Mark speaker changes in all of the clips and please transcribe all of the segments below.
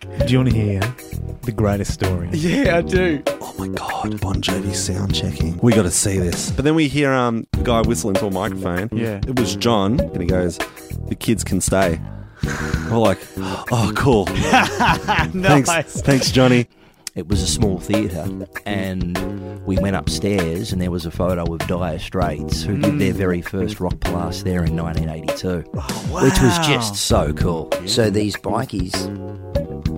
Speaker 1: Do you want to hear the greatest story?
Speaker 2: Yeah, I do.
Speaker 3: Oh my god, Bon Jovi sound checking. We got to see this. But then we hear um a guy whistling to a microphone.
Speaker 2: Yeah.
Speaker 3: it was John, and he goes, "The kids can stay." We're like, "Oh, cool.
Speaker 2: Nice.
Speaker 3: Thanks, thanks, Johnny."
Speaker 4: It was a small theatre, and we went upstairs, and there was a photo of Dire Straits, who did their very first rock blast there in 1982, which was just so cool.
Speaker 5: So these bikies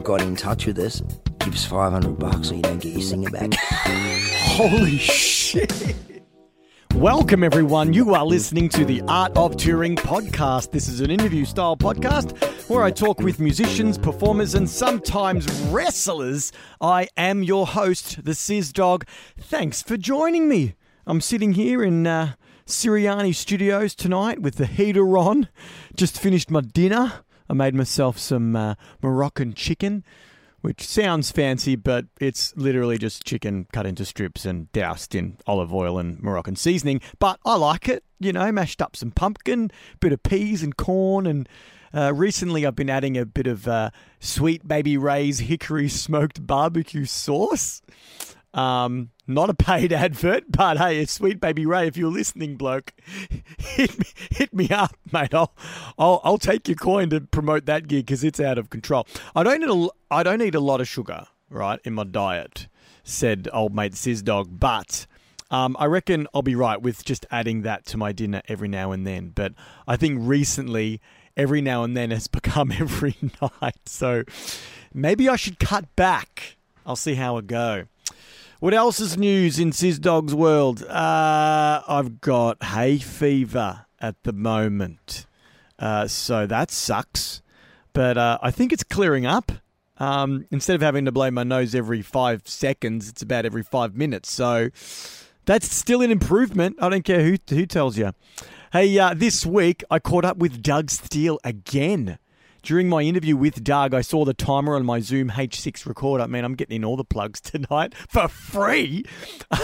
Speaker 5: got in touch with us. Give us 500 bucks so you don't get your singer back.
Speaker 2: Holy shit. Welcome, everyone. You are listening to the Art of Touring podcast. This is an interview style podcast where I talk with musicians, performers, and sometimes wrestlers. I am your host, the Sizz Dog. Thanks for joining me. I'm sitting here in uh, Siriani Studios tonight with the heater on. Just finished my dinner. I made myself some uh, Moroccan chicken which sounds fancy, but it's literally just chicken cut into strips and doused in olive oil and Moroccan seasoning. But I like it, you know, mashed up some pumpkin, bit of peas and corn, and uh, recently I've been adding a bit of uh, sweet baby Ray's hickory smoked barbecue sauce. Um, not a paid advert, but hey, if Sweet Baby Ray, if you're listening, bloke, hit me, hit me up, mate. I'll, I'll I'll take your coin to promote that gig because it's out of control. I don't need a, l- I don't eat a lot of sugar, right, in my diet," said old mate Sizz Dog. But um, I reckon I'll be right with just adding that to my dinner every now and then. But I think recently, every now and then has become every night. So maybe I should cut back. I'll see how it go. What else is news in Sizz Dog's world? Uh, I've got hay fever at the moment. Uh, so that sucks. But uh, I think it's clearing up. Um, instead of having to blow my nose every five seconds, it's about every five minutes. So that's still an improvement. I don't care who, who tells you. Hey, uh, this week I caught up with Doug Steele again. During my interview with Doug, I saw the timer on my Zoom H6 recorder. Man, I'm getting in all the plugs tonight for free.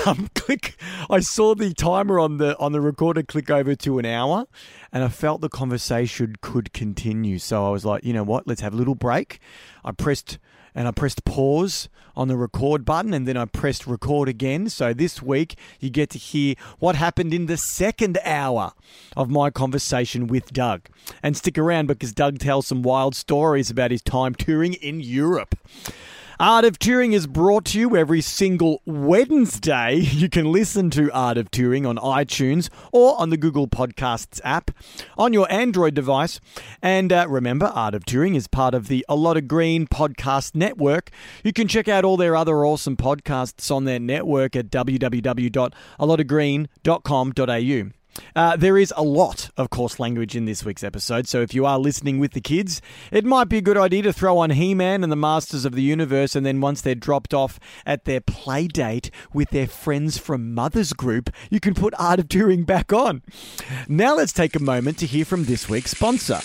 Speaker 2: Um, click. I saw the timer on the on the recorder click over to an hour, and I felt the conversation could continue. So I was like, you know what? Let's have a little break. I pressed and I pressed pause on the record button and then I pressed record again. So this week you get to hear what happened in the second hour of my conversation with Doug. And stick around because Doug tells some wild stories about his time touring in Europe. Art of Touring is brought to you every single Wednesday. You can listen to Art of Touring on iTunes or on the Google Podcasts app on your Android device. And uh, remember, Art of Touring is part of the A Lot of Green podcast network. You can check out all their other awesome podcasts on their network at www.alotofgreen.com.au. Uh, there is a lot of coarse language in this week's episode, so if you are listening with the kids, it might be a good idea to throw on He Man and the Masters of the Universe, and then once they're dropped off at their play date with their friends from Mother's Group, you can put Art of Touring back on. Now let's take a moment to hear from this week's sponsor.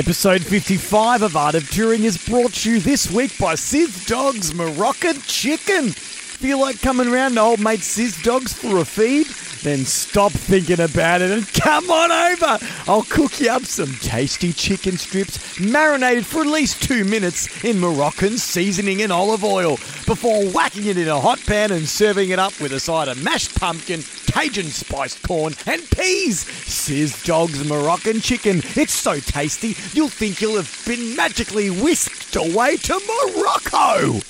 Speaker 2: Episode 55 of Art of Touring is brought to you this week by Sizz Dog's Moroccan Chicken. Feel like coming round to old mate Sizz Dog's for a feed? Then stop thinking about it and come on over. I'll cook you up some tasty chicken strips marinated for at least two minutes in Moroccan seasoning and olive oil before whacking it in a hot pan and serving it up with a side of mashed pumpkin, Cajun spiced corn, and peas. Sizz Dog's Moroccan chicken. It's so tasty, you'll think you'll have been magically whisked away to Morocco.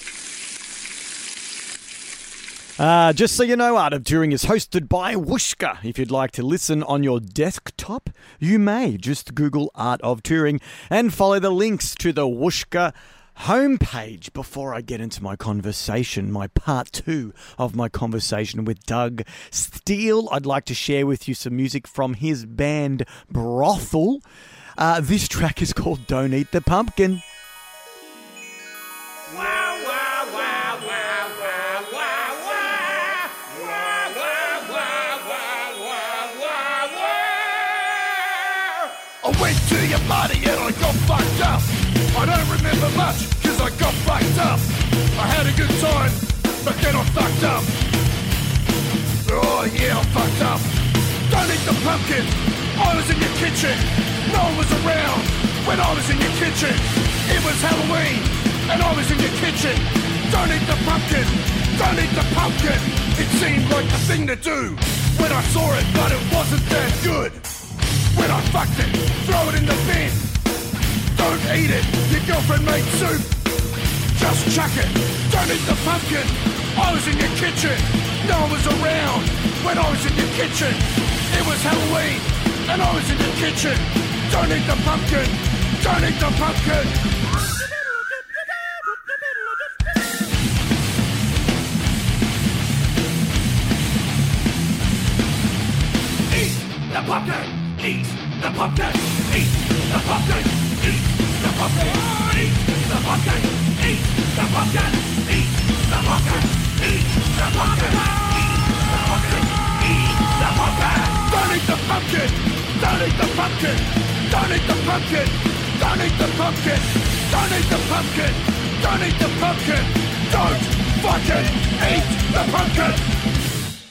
Speaker 2: Uh, just so you know, Art of Touring is hosted by Wooshka. If you'd like to listen on your desktop, you may just Google Art of Touring and follow the links to the Wooshka homepage before I get into my conversation, my part two of my conversation with Doug Steele. I'd like to share with you some music from his band Brothel. Uh, this track is called Don't Eat the Pumpkin.
Speaker 6: I went to your party and I got fucked up. I don't remember much because I got fucked up. I had a good time, but then I fucked up. Oh yeah, I fucked up. Don't eat the pumpkin. I was in your kitchen. No one was around when I was in your kitchen. It was Halloween, and I was in your kitchen. Don't eat the pumpkin, don't eat the pumpkin. It seemed like the thing to do when I saw it, but it wasn't that good. When I fucked it, throw it in the bin. Don't eat it, your girlfriend made soup. Just chuck it, don't eat the pumpkin. I was in your kitchen, no one was around when I was in your kitchen. It was Halloween, and I was in your kitchen. Don't eat the pumpkin, don't eat the pumpkin. Eat the pumpkin! Eat the pumpkin! Eat the pumpkin! Eat the pumpkin! Eat the pumpkin! Eat the pumpkin! Eat the pumpkin! Eat the pumpkin! Eat the pumpkin! Eat the pumpkin! Don't eat the pumpkin! Don't eat the pumpkin! Don't eat the pumpkin! Don't eat the pumpkin! Don't eat the pumpkin! Don't eat the pumpkin! Don't fucking eat the pumpkin!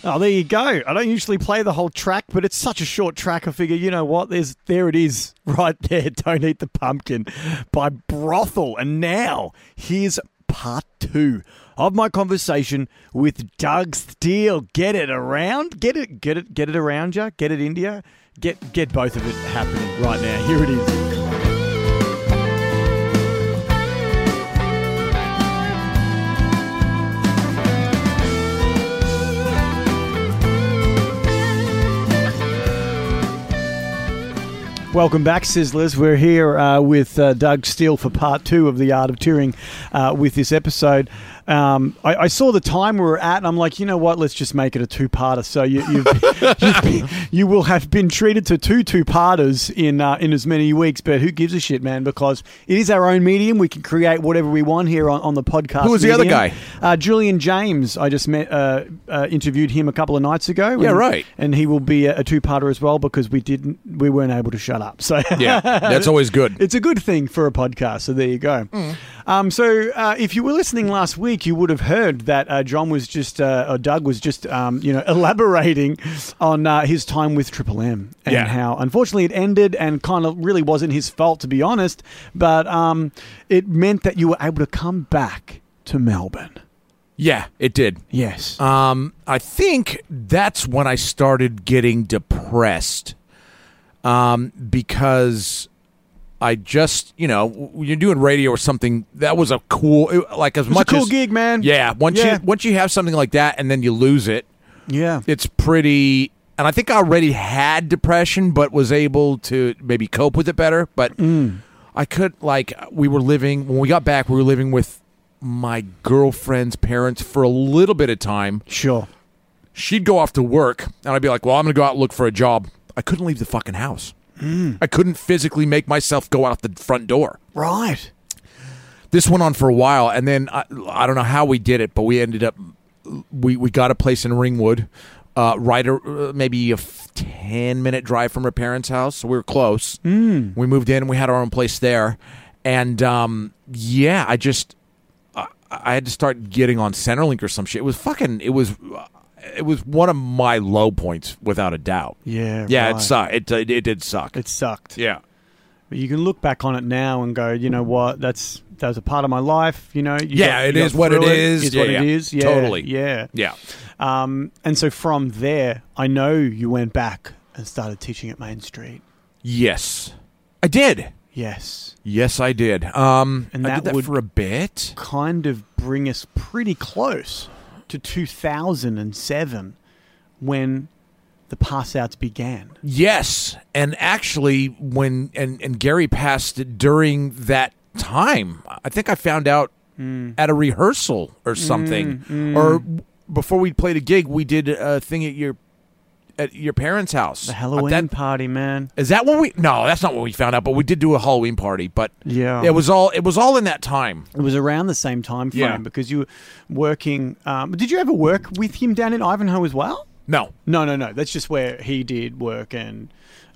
Speaker 2: Oh, there you go. I don't usually play the whole track, but it's such a short track. I figure, you know what? There's there it is, right there. Don't eat the pumpkin by Brothel. And now here's part two of my conversation with Doug Steele. Get it around, get it, get it, get it around ya. get it India, get get both of it happening right now. Here it is. Welcome back, Sizzlers. We're here uh, with uh, Doug Steele for part two of The Art of Touring uh, with this episode. Um, I, I saw the time we were at, and I'm like, you know what? Let's just make it a two parter. So you, you've, you've been, you will have been treated to two two parters in, uh, in as many weeks, but who gives a shit, man? Because it is our own medium. We can create whatever we want here on, on the podcast.
Speaker 7: Who was the other
Speaker 2: medium.
Speaker 7: guy?
Speaker 2: Uh, Julian James. I just met, uh, uh, interviewed him a couple of nights ago.
Speaker 7: Yeah,
Speaker 2: and-
Speaker 7: right.
Speaker 2: And he will be a, a two-parter as well because we didn't, we weren't able to shut up. So
Speaker 7: Yeah, that's always good. Mm.
Speaker 2: It's a good thing for a podcast. So there you go. Um, so uh, if you were listening last week, you would have heard that uh, John was just, uh, or Doug was just, um, you know, elaborating on uh, his time with Triple M and
Speaker 7: Yeah.
Speaker 2: how unfortunately it ended and kind of really wasn't his fault to be honest, but um, it meant that you were able to come back to Melbourne.
Speaker 7: Yeah, it did.
Speaker 2: Yes.
Speaker 7: Um, I think that's when I started getting depressed. Um, because I just, you know, when you're doing radio or something, that was a cool, it- like as
Speaker 2: was a
Speaker 7: much
Speaker 2: cool
Speaker 7: as-
Speaker 2: gig, man.
Speaker 7: Yeah, once
Speaker 2: Yeah.
Speaker 7: you once you have something like that and then you lose it,
Speaker 2: yeah.
Speaker 7: it's pretty. And I think I already had depression, but was able to maybe cope with it better. But
Speaker 2: Mm.
Speaker 7: I could like we were living when we got back, we were living with my girlfriend's parents for a little bit of time
Speaker 2: Sure.
Speaker 7: she'd go off to work and I'd be like, well, I'm going to go out and look for a job. I couldn't leave the fucking house. I couldn't physically make myself go out the front door.
Speaker 2: Right.
Speaker 7: This went on for a while. And then I, I don't know how we did it, but we ended up, we, we got a place in Ringwood, uh, right a, uh, maybe a f- 10 minute drive from her parents' house. So we were close. Mm. We moved in and we had our own place there. And um, yeah, I just, I had to start getting on Centerlink or some shit. It was fucking. It was. It was one of my low points, without a doubt.
Speaker 2: Yeah,
Speaker 7: Yeah.
Speaker 2: right.
Speaker 7: It sucked. It, it it did suck.
Speaker 2: It sucked.
Speaker 7: yeah.
Speaker 2: But you can look back on it now and go, you know what? That's that was a part of my life. You know. You
Speaker 7: Yeah,
Speaker 2: got-
Speaker 7: it
Speaker 2: you
Speaker 7: is
Speaker 2: got
Speaker 7: what
Speaker 2: through
Speaker 7: it
Speaker 2: it
Speaker 7: is.
Speaker 2: Is
Speaker 7: Yeah,
Speaker 2: what
Speaker 7: yeah.
Speaker 2: it is. Yeah,
Speaker 7: Totally.
Speaker 2: Yeah.
Speaker 7: Yeah.
Speaker 2: Um, and so from there, I know you went back and started teaching at Main Street.
Speaker 7: Yes. I did.
Speaker 2: Yes.
Speaker 7: Yes, I did. Um,
Speaker 2: And
Speaker 7: I
Speaker 2: that
Speaker 7: did that
Speaker 2: would-
Speaker 7: for a bit.
Speaker 2: Kind of bring us pretty close to 2007 when the pass outs began.
Speaker 7: Yes, and actually, when and and Gary passed it during that time, I think I found out at a rehearsal or something, or before we played a gig, we did a thing at your at your parents' house.
Speaker 2: The Halloween
Speaker 7: Uh, That-
Speaker 2: party, man.
Speaker 7: Is that when we? No, that's not when we found out. But we did do a Halloween party. But
Speaker 2: Yeah.
Speaker 7: it was all it was all in that time.
Speaker 2: It was around the same time frame
Speaker 7: Yeah.
Speaker 2: because you were working. Um, did you ever work with him down in Ivanhoe as well?
Speaker 7: No,
Speaker 2: No, no, no. That's just where he did work and,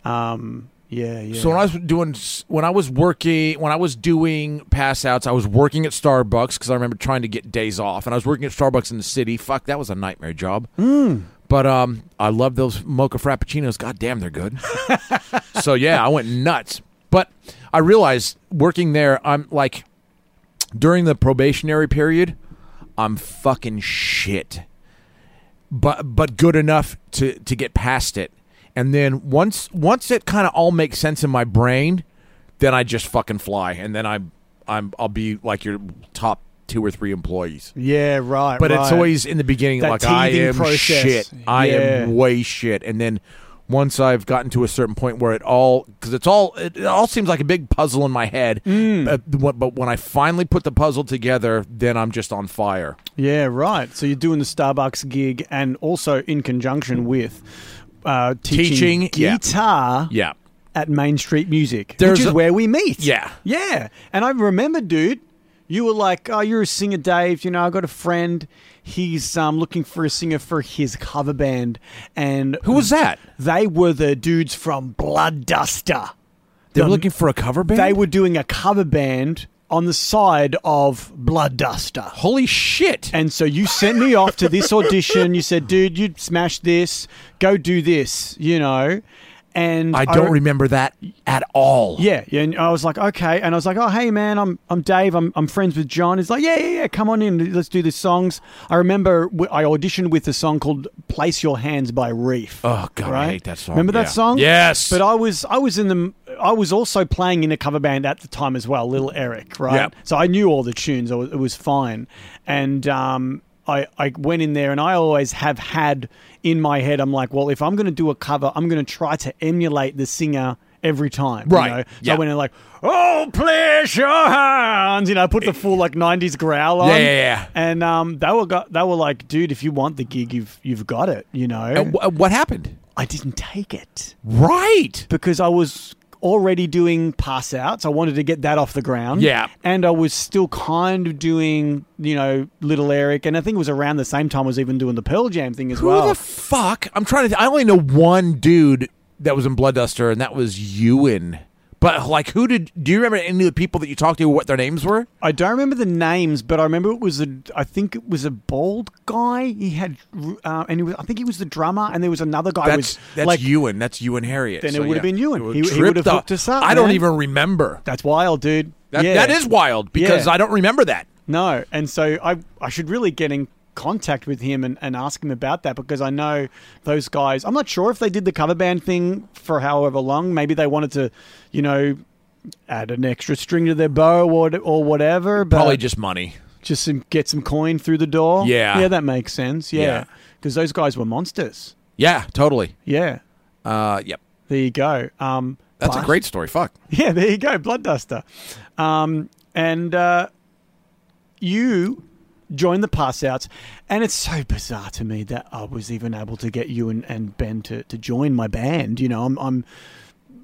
Speaker 2: um, yeah, yeah.
Speaker 7: So when I was doing, when I was working, when I was doing pass outs, I was working at Starbucks because I remember trying to get days off, and I was working at Starbucks in the city. Fuck, that was a nightmare job.
Speaker 2: Hmm.
Speaker 7: But um, I love those mocha frappuccinos. God damn, they're good. so yeah, I went nuts. But I realized working there, I'm like, during the probationary period, I'm fucking shit, but but good enough to to get past it. And then once once it kind of all makes sense in my brain, then I just fucking fly, and then I'm I'm I'll be like your top two or three employees.
Speaker 2: Yeah, right.
Speaker 7: But it's
Speaker 2: right.
Speaker 7: always in the beginning,
Speaker 2: That
Speaker 7: like I
Speaker 2: teething
Speaker 7: am
Speaker 2: process.
Speaker 7: shit. I am
Speaker 2: Yeah.
Speaker 7: way shit. And then once I've gotten to a certain point where it all, because it's all, it, it all seems like a big puzzle in my head.
Speaker 2: Mm.
Speaker 7: But, what- but when I finally put the puzzle together, then I'm just on fire.
Speaker 2: Yeah, right. So you're doing the Starbucks gig and also in conjunction with uh, teaching,
Speaker 7: Teaching, yeah.
Speaker 2: guitar
Speaker 7: Yeah.
Speaker 2: at Main Street Music,
Speaker 7: There's
Speaker 2: which is
Speaker 7: a-
Speaker 2: where we meet.
Speaker 7: Yeah.
Speaker 2: Yeah. And I remember, dude, you were like, oh, you're a singer, Dave. You know, I got a friend. He's um, looking for a singer for his cover band. And
Speaker 7: Who was that?
Speaker 2: They were the dudes from Blood Duster.
Speaker 7: They were
Speaker 2: The-
Speaker 7: looking for a cover band.
Speaker 2: They were doing a cover band on the side of Blood Duster.
Speaker 7: Holy shit!
Speaker 2: And so you sent me off to this audition. You said, dude, you'd smash this. Go do this, you know? And
Speaker 7: I don't remember that at all.
Speaker 2: Yeah, yeah, and I was like, okay, and I was like, oh, hey, man, I'm I'm Dave. I'm I'm friends with John. He's like, yeah, yeah, yeah, come on in, let's do the songs. I remember w- I auditioned with a song called "Place Your Hands" by Reef.
Speaker 7: Oh god,
Speaker 2: right?
Speaker 7: I hate that song.
Speaker 2: Remember
Speaker 7: Yeah.
Speaker 2: that song?
Speaker 7: Yes.
Speaker 2: But I was I was in the I was also playing in a cover band at the time as well, Little Eric, right?
Speaker 7: Yep.
Speaker 2: So I knew all the tunes. I was, it was fine, and um, I I went in there, and I always have had in my head. I'm like, well, if I'm going to do a cover, I'm going to try to emulate the singer. Every time, you
Speaker 7: Right.
Speaker 2: know? So
Speaker 7: Yeah.
Speaker 2: I went in like, "Oh, place your hands," you know, I put the full like '90s growl on.
Speaker 7: Eh. Yeah, yeah, yeah.
Speaker 2: And um, they were got, they were like, "Dude, if you want the gig, you've you've got it," you know.
Speaker 7: And wh- what happened?
Speaker 2: I didn't take it
Speaker 7: Right.
Speaker 2: because I was already doing pass outs. I wanted to get that off the ground.
Speaker 7: Yeah.
Speaker 2: And I was still kind of doing, you know, Little Eric. And I think it was around the same time I was even doing the Pearl Jam thing as
Speaker 7: Who
Speaker 2: well.
Speaker 7: the fuck? I'm trying to. Th- I only know one dude that was in Blood Duster, and that was Ewan. But like, who did? Do you remember any of the people that you talked to? What their names were?
Speaker 2: I don't remember the names, but I remember it was a, I think it was a bald guy. He had, uh, and he was, I think he was the drummer. And there was another guy. who
Speaker 7: That's
Speaker 2: was
Speaker 7: that's
Speaker 2: like,
Speaker 7: Ewan. That's Ewan Harriet.
Speaker 2: Then it
Speaker 7: So,
Speaker 2: would've
Speaker 7: yeah.
Speaker 2: been Ewan.
Speaker 7: It would-
Speaker 2: He- he
Speaker 7: tripped
Speaker 2: would've
Speaker 7: up.
Speaker 2: hooked us up,
Speaker 7: I don't
Speaker 2: man.
Speaker 7: even remember.
Speaker 2: That's wild, dude.
Speaker 7: That,
Speaker 2: yeah.
Speaker 7: that is wild because
Speaker 2: Yeah.
Speaker 7: I don't remember that.
Speaker 2: No, and so I I should really get in contact with him and, and ask him about that because I know those guys. I'm not sure if they did the cover band thing for however long. Maybe they wanted to, you know, add an extra string to their bow or or whatever. But
Speaker 7: Probably just money.
Speaker 2: just some, get some coin through the door.
Speaker 7: Yeah.
Speaker 2: yeah, that makes sense. Yeah,
Speaker 7: Yeah.
Speaker 2: because those guys were monsters.
Speaker 7: Yeah, totally.
Speaker 2: Yeah,
Speaker 7: Uh, yep.
Speaker 2: there you go. Um,
Speaker 7: That's a
Speaker 2: but-
Speaker 7: great story. Fuck.
Speaker 2: Yeah, there you go, Blood Duster. Um, and uh, you joined the pass outs, and it's so bizarre to me that I was even able to get you and, and Ben to, to join my band. You know, I'm, I'm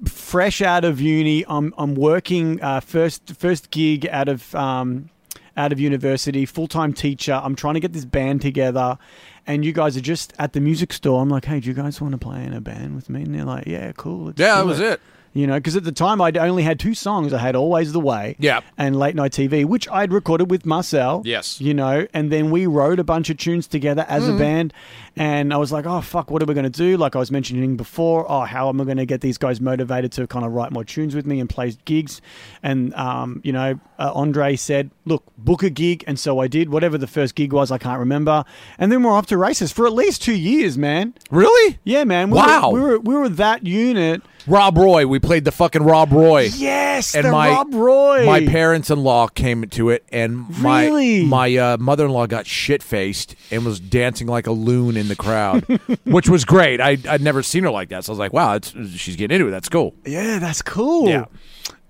Speaker 2: fresh out of uni. I'm I'm working uh, first first gig out of um, out of university, full time teacher. I'm trying to get this band together, and you guys are just at the music store. I'm like, hey, do you guys want to play in a band with me? And they're like, yeah, cool. let's
Speaker 7: Yeah,
Speaker 2: do
Speaker 7: that was it.
Speaker 2: you know, because at the time I'd only had two songs. I had Always the Way
Speaker 7: Yeah.
Speaker 2: and Late Night TV, which I'd recorded with Marcel.
Speaker 7: Yes.
Speaker 2: You know, and then we wrote a bunch of tunes together as a band. And I was like, oh, fuck, what are we going to do? Like I was mentioning before, oh, how am I going to get these guys motivated to kind of write more tunes with me and play gigs? And, um, you know, uh, Andre said, look, book a gig. And so I did. Whatever the first gig was, I can't remember. And then we're off to races for at least two years, man.
Speaker 7: Really?
Speaker 2: Yeah, man. We
Speaker 7: Wow.
Speaker 2: Were, we, were, we were that unit.
Speaker 7: Rob Roy. We played the fucking Rob Roy.
Speaker 2: Yes,
Speaker 7: and
Speaker 2: the
Speaker 7: my
Speaker 2: Rob Roy.
Speaker 7: my parents-in-law came to it, and my
Speaker 2: Really?
Speaker 7: my uh, mother-in-law got shit-faced and was dancing like a loon in the crowd, which was great. I I'd never seen her like that, so I was like, wow, it's, she's getting into it. That's cool.
Speaker 2: Yeah, that's cool.
Speaker 7: Yeah.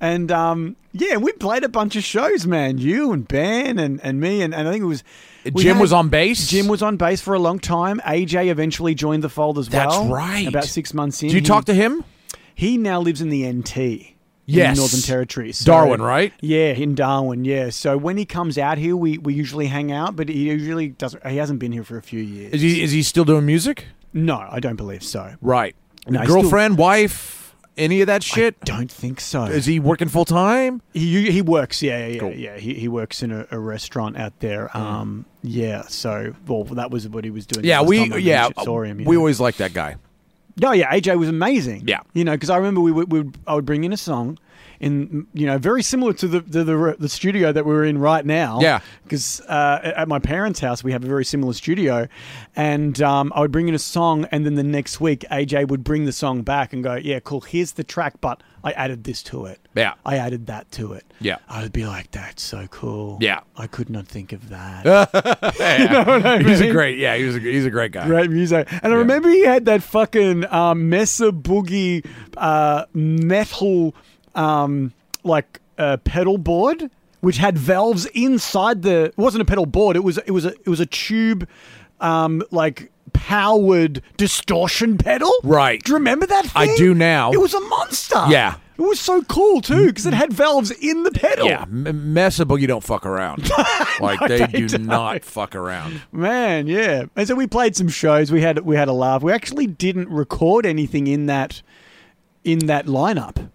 Speaker 2: And um, yeah, we played a bunch of shows, man. You and Ben and, and me and, and I think it was we
Speaker 7: Jim
Speaker 2: had-
Speaker 7: was on bass.
Speaker 2: Jim was on bass for a long time. AJ eventually joined the fold as
Speaker 7: That's
Speaker 2: well.
Speaker 7: right.
Speaker 2: About six months in.
Speaker 7: Did you
Speaker 2: he,
Speaker 7: talk to him?
Speaker 2: He now lives in the NT. In
Speaker 7: Yes.
Speaker 2: the Northern Territory. So-
Speaker 7: Darwin, right?
Speaker 2: Yeah, in Darwin, yeah. So when he comes out here, we, we usually hang out, but he usually doesn't. He hasn't been here for a few years.
Speaker 7: Is he is he still doing music?
Speaker 2: no, I don't believe so.
Speaker 7: Right.
Speaker 2: No, I
Speaker 7: Girlfriend, wife, any of that shit?
Speaker 2: Don't think so.
Speaker 7: Is he working full time?
Speaker 2: He he works, yeah, yeah, yeah.
Speaker 7: Cool. Mm.
Speaker 2: yeah. He, he works in a, a restaurant out there. Um, yeah. So, well, that was what he was doing. the
Speaker 7: Yeah,
Speaker 2: last time I
Speaker 7: we yeah
Speaker 2: saw him, you
Speaker 7: we
Speaker 2: know.
Speaker 7: always like that guy.
Speaker 2: No, yeah, AJ was amazing.
Speaker 7: Yeah.
Speaker 2: you know, because I remember we would, we would I would bring in a song, in you know very similar to the the, the, the studio that we're in right now.
Speaker 7: Yeah.
Speaker 2: because uh, at my parents' house we have a very similar studio, and um, I would bring in a song, and then the next week AJ would bring the song back and go, "Yeah, cool. Here's the track, but I added this to it.
Speaker 7: Yeah.
Speaker 2: I added that to it.
Speaker 7: Yeah.
Speaker 2: I would be like, "That's so cool.
Speaker 7: Yeah. Uh,
Speaker 2: I could not think of that.
Speaker 7: he's a
Speaker 2: mean?
Speaker 7: great. Yeah, he was. A, he's a great guy.
Speaker 2: Great music. And I remember he had that fucking um, Mesa Boogie uh, metal um, like uh, pedal board, which had valves inside the. It wasn't a pedal board. It was it was a it was a tube, um, like powered distortion pedal.
Speaker 7: Right.
Speaker 2: Do you remember that? Thing?
Speaker 7: I do now.
Speaker 2: It was a monster.
Speaker 7: Yeah.
Speaker 2: It was so cool too because it had valves in the pedal.
Speaker 7: Yeah, M- Mesa Boogie don't fuck around. Like they, do not fuck around.
Speaker 2: Man, yeah. And so we played some shows. We had we had a laugh. We actually didn't record anything in that in that lineup.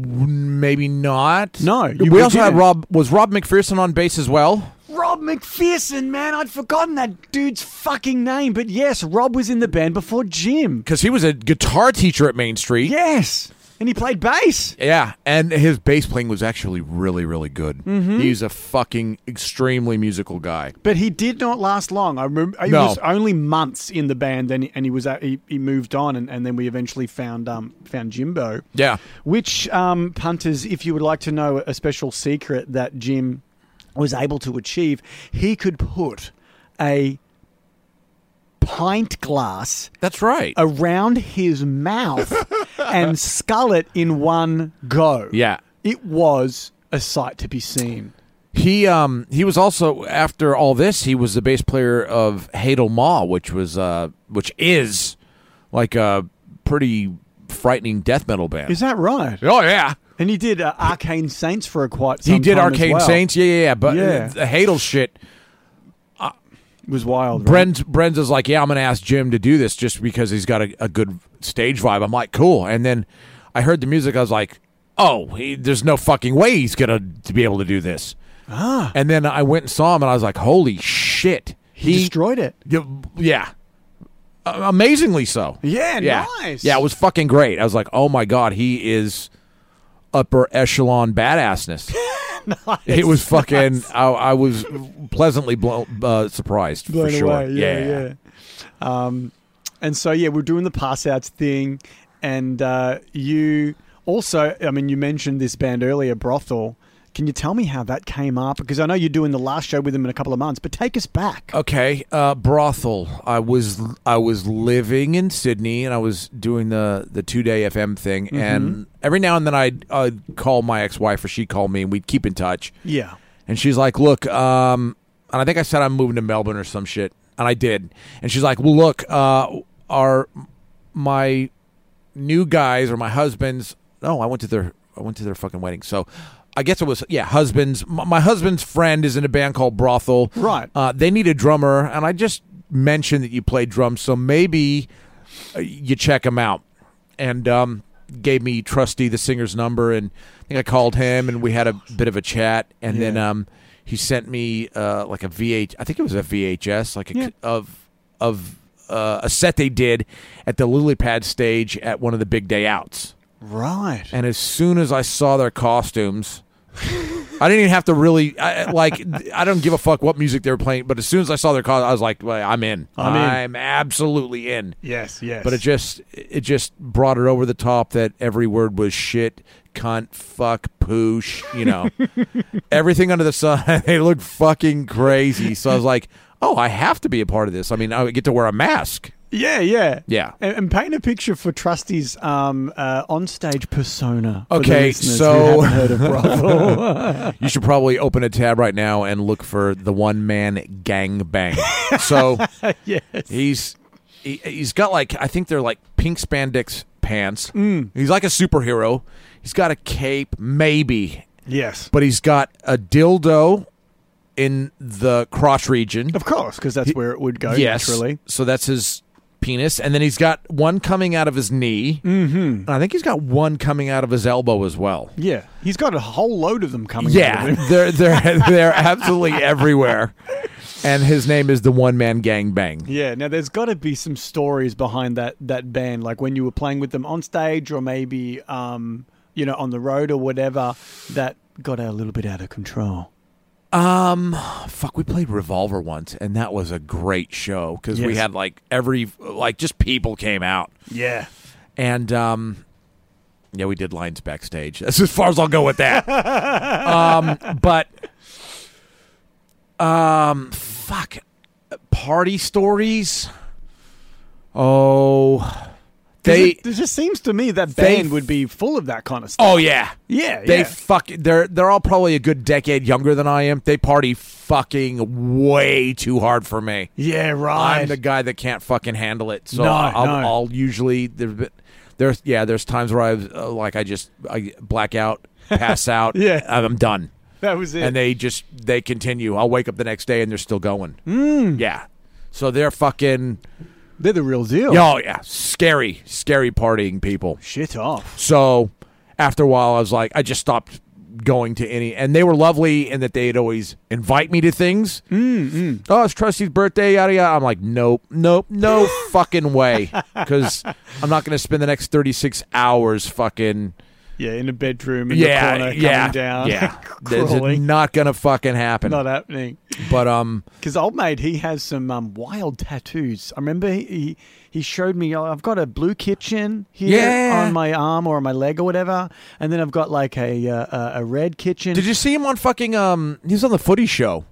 Speaker 7: Maybe not.
Speaker 2: No, you-
Speaker 7: we,
Speaker 2: we
Speaker 7: also had
Speaker 2: didn't.
Speaker 7: Rob. Was Rob McPherson on bass as well?
Speaker 2: Rob McPherson, man, I'd forgotten that dude's fucking name. But yes, Rob was in the band before Jim.
Speaker 7: Because he was a guitar teacher at Main Street.
Speaker 2: Yes, and he played bass.
Speaker 7: Yeah, and his bass playing was actually really, really good. He's a fucking extremely musical guy.
Speaker 2: But he did not last long. I remember it
Speaker 7: No.
Speaker 2: was only months in the band, and and he was at, he, he moved on, and, and then we eventually found um found Jimbo.
Speaker 7: Yeah.
Speaker 2: Which um, punters, if you would like to know a special secret that Jim was able to achieve, he could put a pint glass
Speaker 7: That's right.
Speaker 2: around his mouth and scull it in one go.
Speaker 7: yeah.
Speaker 2: It was a sight to be seen.
Speaker 7: He um he was also after all this he was the bass player of Hadel Maw, which was uh which is like a pretty frightening death metal band.
Speaker 2: Is that right?
Speaker 7: oh yeah.
Speaker 2: And he did uh, Arcane Saints for a quite some
Speaker 7: He did
Speaker 2: time as
Speaker 7: Arcane
Speaker 2: well.
Speaker 7: Saints, yeah, yeah, yeah. But
Speaker 2: Yeah.
Speaker 7: the Hadel shit,
Speaker 2: It was wild. Right?
Speaker 7: Bren's Bren's is like, yeah, I'm gonna ask Jim to do this just because he's got a, a good stage vibe. I'm like, cool. And then I heard the music, I was like, oh, he, there's no fucking way he's gonna to be able to do this. Ah. And then I went and saw him, and I was like, holy shit,
Speaker 2: he, destroyed it.
Speaker 7: Yeah, yeah. A- amazingly so.
Speaker 2: Yeah,
Speaker 7: yeah,
Speaker 2: nice.
Speaker 7: Yeah, it was fucking great. I was like, oh my god, he is upper echelon badassness. It was fucking. I, I was pleasantly blown, uh, surprised
Speaker 2: blown
Speaker 7: for sure.
Speaker 2: away. Yeah, yeah. Um, and so yeah, we're doing the pass outs thing, and uh, you also, I mean, you mentioned this band earlier, Brothel. Can you tell me how that came up? Because I know you're doing the last show with them in a couple of months, but take us back.
Speaker 7: Okay, uh, brothel. I was I was living in Sydney and I was doing the the two day FM thing.
Speaker 2: Mm-hmm.
Speaker 7: And every now and then I'd, I'd call my ex wife or she'd call me and we'd keep in touch.
Speaker 2: Yeah,
Speaker 7: And she's like, "Look," um, and I think I said I'm moving to Melbourne or some shit, and I did. And she's like, "Well, look, uh, our my new guys or my husband's? No, I went to their I went to their fucking wedding. So I guess it was yeah, husband's. My, my husband's friend is in a band called Brothel.
Speaker 2: Right.
Speaker 7: Uh, they need a drummer, and I just mentioned that you play drums, so maybe uh, you check him out. And um, gave me Trusty the singer's number, and I think I called him, and we had a bit of a chat, and then um, he sent me uh, like a VH. I think it was a VHS, like a
Speaker 2: Yeah.
Speaker 7: of of uh, a set they did at the Lily Pad stage at one of the big day outs.
Speaker 2: right.
Speaker 7: And as soon as I saw their costumes, I didn't even have to really I, like. I don't give a fuck what music they were playing, but as soon as I saw their costumes, I was like, well, "I'm in.
Speaker 2: I'm in.
Speaker 7: absolutely in."
Speaker 2: yes, yes.
Speaker 7: But it just it just brought it over the top that every word was shit, cunt, fuck, poosh, you know. Everything under the sun. They looked fucking crazy. So I was like, "Oh, I have to be a part of this." I mean, I get to wear a mask.
Speaker 2: yeah, yeah,
Speaker 7: Yeah.
Speaker 2: And, and paint a picture for Trusty's um, uh, onstage persona. for the
Speaker 7: Okay,
Speaker 2: listeners who
Speaker 7: so-
Speaker 2: haven't heard of Brothel.
Speaker 7: You should probably open a tab right now and look for the one man gang bang. So
Speaker 2: yes.
Speaker 7: he's he, he's got like I think they're like pink spandex pants. Mm. He's like a superhero. He's got a cape, maybe,
Speaker 2: Yes.
Speaker 7: but he's got a dildo in the crotch region.
Speaker 2: Of course, because that's where it would go
Speaker 7: yes,
Speaker 2: naturally.
Speaker 7: so that's his penis, and then he's got one coming out of his knee. Mm-hmm. And I think he's got one coming out of his elbow as well.
Speaker 2: Yeah. He's got a whole load of them coming out of
Speaker 7: Yeah,
Speaker 2: him.
Speaker 7: they're they're they're absolutely everywhere. And his name is the One Man Gang Bang.
Speaker 2: Yeah, now there's got to be some stories behind that that band, like when you were playing with them on stage, or maybe um, you know, on the road or whatever that got a little bit out of control?
Speaker 7: Um, fuck, we played Revolver once, and that was a great show because we
Speaker 2: Yes.
Speaker 7: had like every like just people came out,
Speaker 2: Yeah.
Speaker 7: and um, yeah, we did lines backstage. That's as far as I'll go with that. um, but um, fuck, party stories. Oh,
Speaker 2: They,
Speaker 7: they.
Speaker 2: it, it just seems to me that
Speaker 7: they-
Speaker 2: band would be full of that kind of stuff.
Speaker 7: oh yeah.
Speaker 2: yeah,
Speaker 7: They
Speaker 2: yeah.
Speaker 7: fuck. They're they're all probably a good decade younger than I am. They party fucking way too hard for me.
Speaker 2: yeah, right.
Speaker 7: I'm the guy that can't fucking handle it. So
Speaker 2: No,
Speaker 7: I'll,
Speaker 2: no.
Speaker 7: I'll usually there's been- there's yeah there's times where I was, uh, like I just I black out, pass out,
Speaker 2: Yeah.
Speaker 7: and I'm done.
Speaker 2: that was it.
Speaker 7: And they just they continue. I'll wake up the next day and they're still going.
Speaker 2: Hmm.
Speaker 7: Yeah. So they're fucking
Speaker 2: They're the real deal.
Speaker 7: oh yeah scary scary partying people.
Speaker 2: Shit off.
Speaker 7: So after a while, I was like, I just stopped going to any. And they were lovely in that they'd always invite me to things. Mm-hmm. Oh, it's Trusty's birthday, yada yada. I'm like, nope, nope, no fucking way, because I'm not going to spend the next 36 hours fucking.
Speaker 2: Yeah, in a bedroom in
Speaker 7: Yeah,
Speaker 2: the corner,
Speaker 7: yeah,
Speaker 2: coming down,
Speaker 7: yeah. That's
Speaker 2: crawling.
Speaker 7: not gonna fucking happen.
Speaker 2: Not happening.
Speaker 7: but um,
Speaker 2: Because old mate, he has some um, wild tattoos. I remember he, he he showed me. oh, I've got a blue kitchen here
Speaker 7: Yeah.
Speaker 2: on my arm or on my leg or whatever, and then I've got like a uh, a, a red kitchen.
Speaker 7: did you see him on fucking um? He was on the Footy Show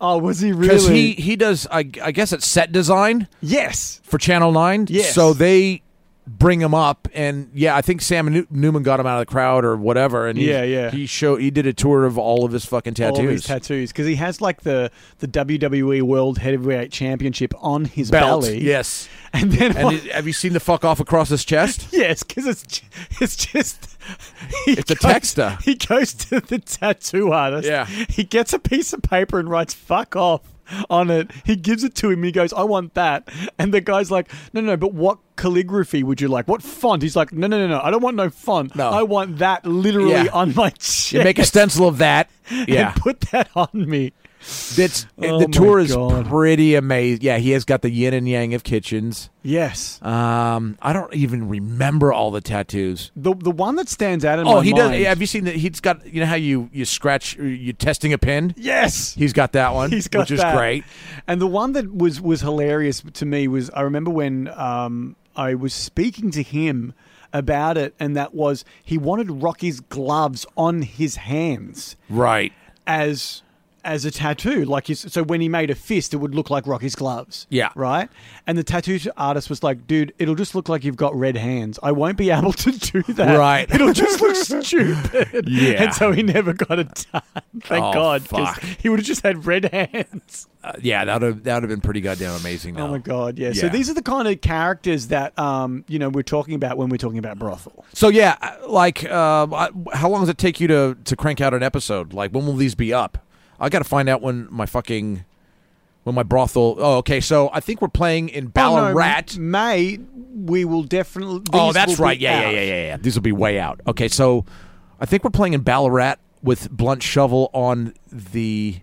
Speaker 2: Oh, was he
Speaker 7: because
Speaker 2: really?
Speaker 7: he he does I I guess it's set design.
Speaker 2: yes.
Speaker 7: for Channel Nine.
Speaker 2: Yes.
Speaker 7: So they bring him up, and yeah, I think Sam New- Newman got him out of the crowd or whatever. And he-
Speaker 2: Yeah, yeah.
Speaker 7: he show he did a tour of all of his fucking tattoos.
Speaker 2: All his tattoos because he has like the the WWE World Heavyweight Championship on his
Speaker 7: Belt,
Speaker 2: belly.
Speaker 7: yes.
Speaker 2: and then
Speaker 7: And it- have you seen the fuck off across his chest?
Speaker 2: Yes, because it's ju- it's just he
Speaker 7: It's a
Speaker 2: goes-
Speaker 7: texter.
Speaker 2: He goes to the tattoo artist.
Speaker 7: Yeah.
Speaker 2: he gets a piece of paper and writes "fuck off" on it. He gives it to him. He goes, "I want that," and the guy's like, "No, no, but what calligraphy would you like? What font?" He's like, "No, no, no, no. I don't want no font.
Speaker 7: No.
Speaker 2: I want that literally
Speaker 7: Yeah.
Speaker 2: on my chest.
Speaker 7: You make a stencil of that.
Speaker 2: and
Speaker 7: Yeah,
Speaker 2: put that on me."
Speaker 7: that's
Speaker 2: Oh
Speaker 7: the
Speaker 2: my
Speaker 7: tour is
Speaker 2: God.
Speaker 7: pretty amazing. Yeah, he has got the yin and yang of kitchens.
Speaker 2: Yes,
Speaker 7: Um, I don't even remember all the tattoos.
Speaker 2: the the one that stands out in
Speaker 7: Oh,
Speaker 2: my
Speaker 7: he
Speaker 2: mind.
Speaker 7: does. Have you seen that? He's got. You know how you you scratch. You're testing a pin.
Speaker 2: yes,
Speaker 7: He's got that one,
Speaker 2: He's got
Speaker 7: which is
Speaker 2: that.
Speaker 7: great.
Speaker 2: And the one that was was hilarious to me was I remember when um, I was speaking to him about it, and that was he wanted Rocky's gloves on his hands
Speaker 7: Right.
Speaker 2: as as a tattoo. Like his, so when he made a fist, it would look like Rocky's gloves.
Speaker 7: Yeah.
Speaker 2: Right. And the tattoo artist was like, "Dude, it'll just look like you've got red hands. I won't be able to do that.
Speaker 7: Right.
Speaker 2: It'll just look stupid."
Speaker 7: Yeah.
Speaker 2: And so he never got it done. Thank
Speaker 7: Oh,
Speaker 2: God. 'cause
Speaker 7: fuck.
Speaker 2: He would have just had red hands.
Speaker 7: Uh, yeah, that would that would have been pretty goddamn amazing. Though.
Speaker 2: Oh my god, yeah. So
Speaker 7: Yeah.
Speaker 2: these are the kind of characters that um, you know, we're talking about when we're talking about brothel.
Speaker 7: So yeah, I- like, uh, I- how long does it take you to to crank out an episode? Like, when will these be up? I got to find out when my fucking when my brothel. Oh, okay. So I think we're playing in Ballarat.
Speaker 2: Oh, no, M- May we will definitely
Speaker 7: Oh,
Speaker 2: these will
Speaker 7: that's
Speaker 2: be
Speaker 7: right. Yeah, yeah,
Speaker 2: out.
Speaker 7: yeah, yeah, yeah. These will be way out. Okay, so I think we're playing in Ballarat with Blunt Shovel on the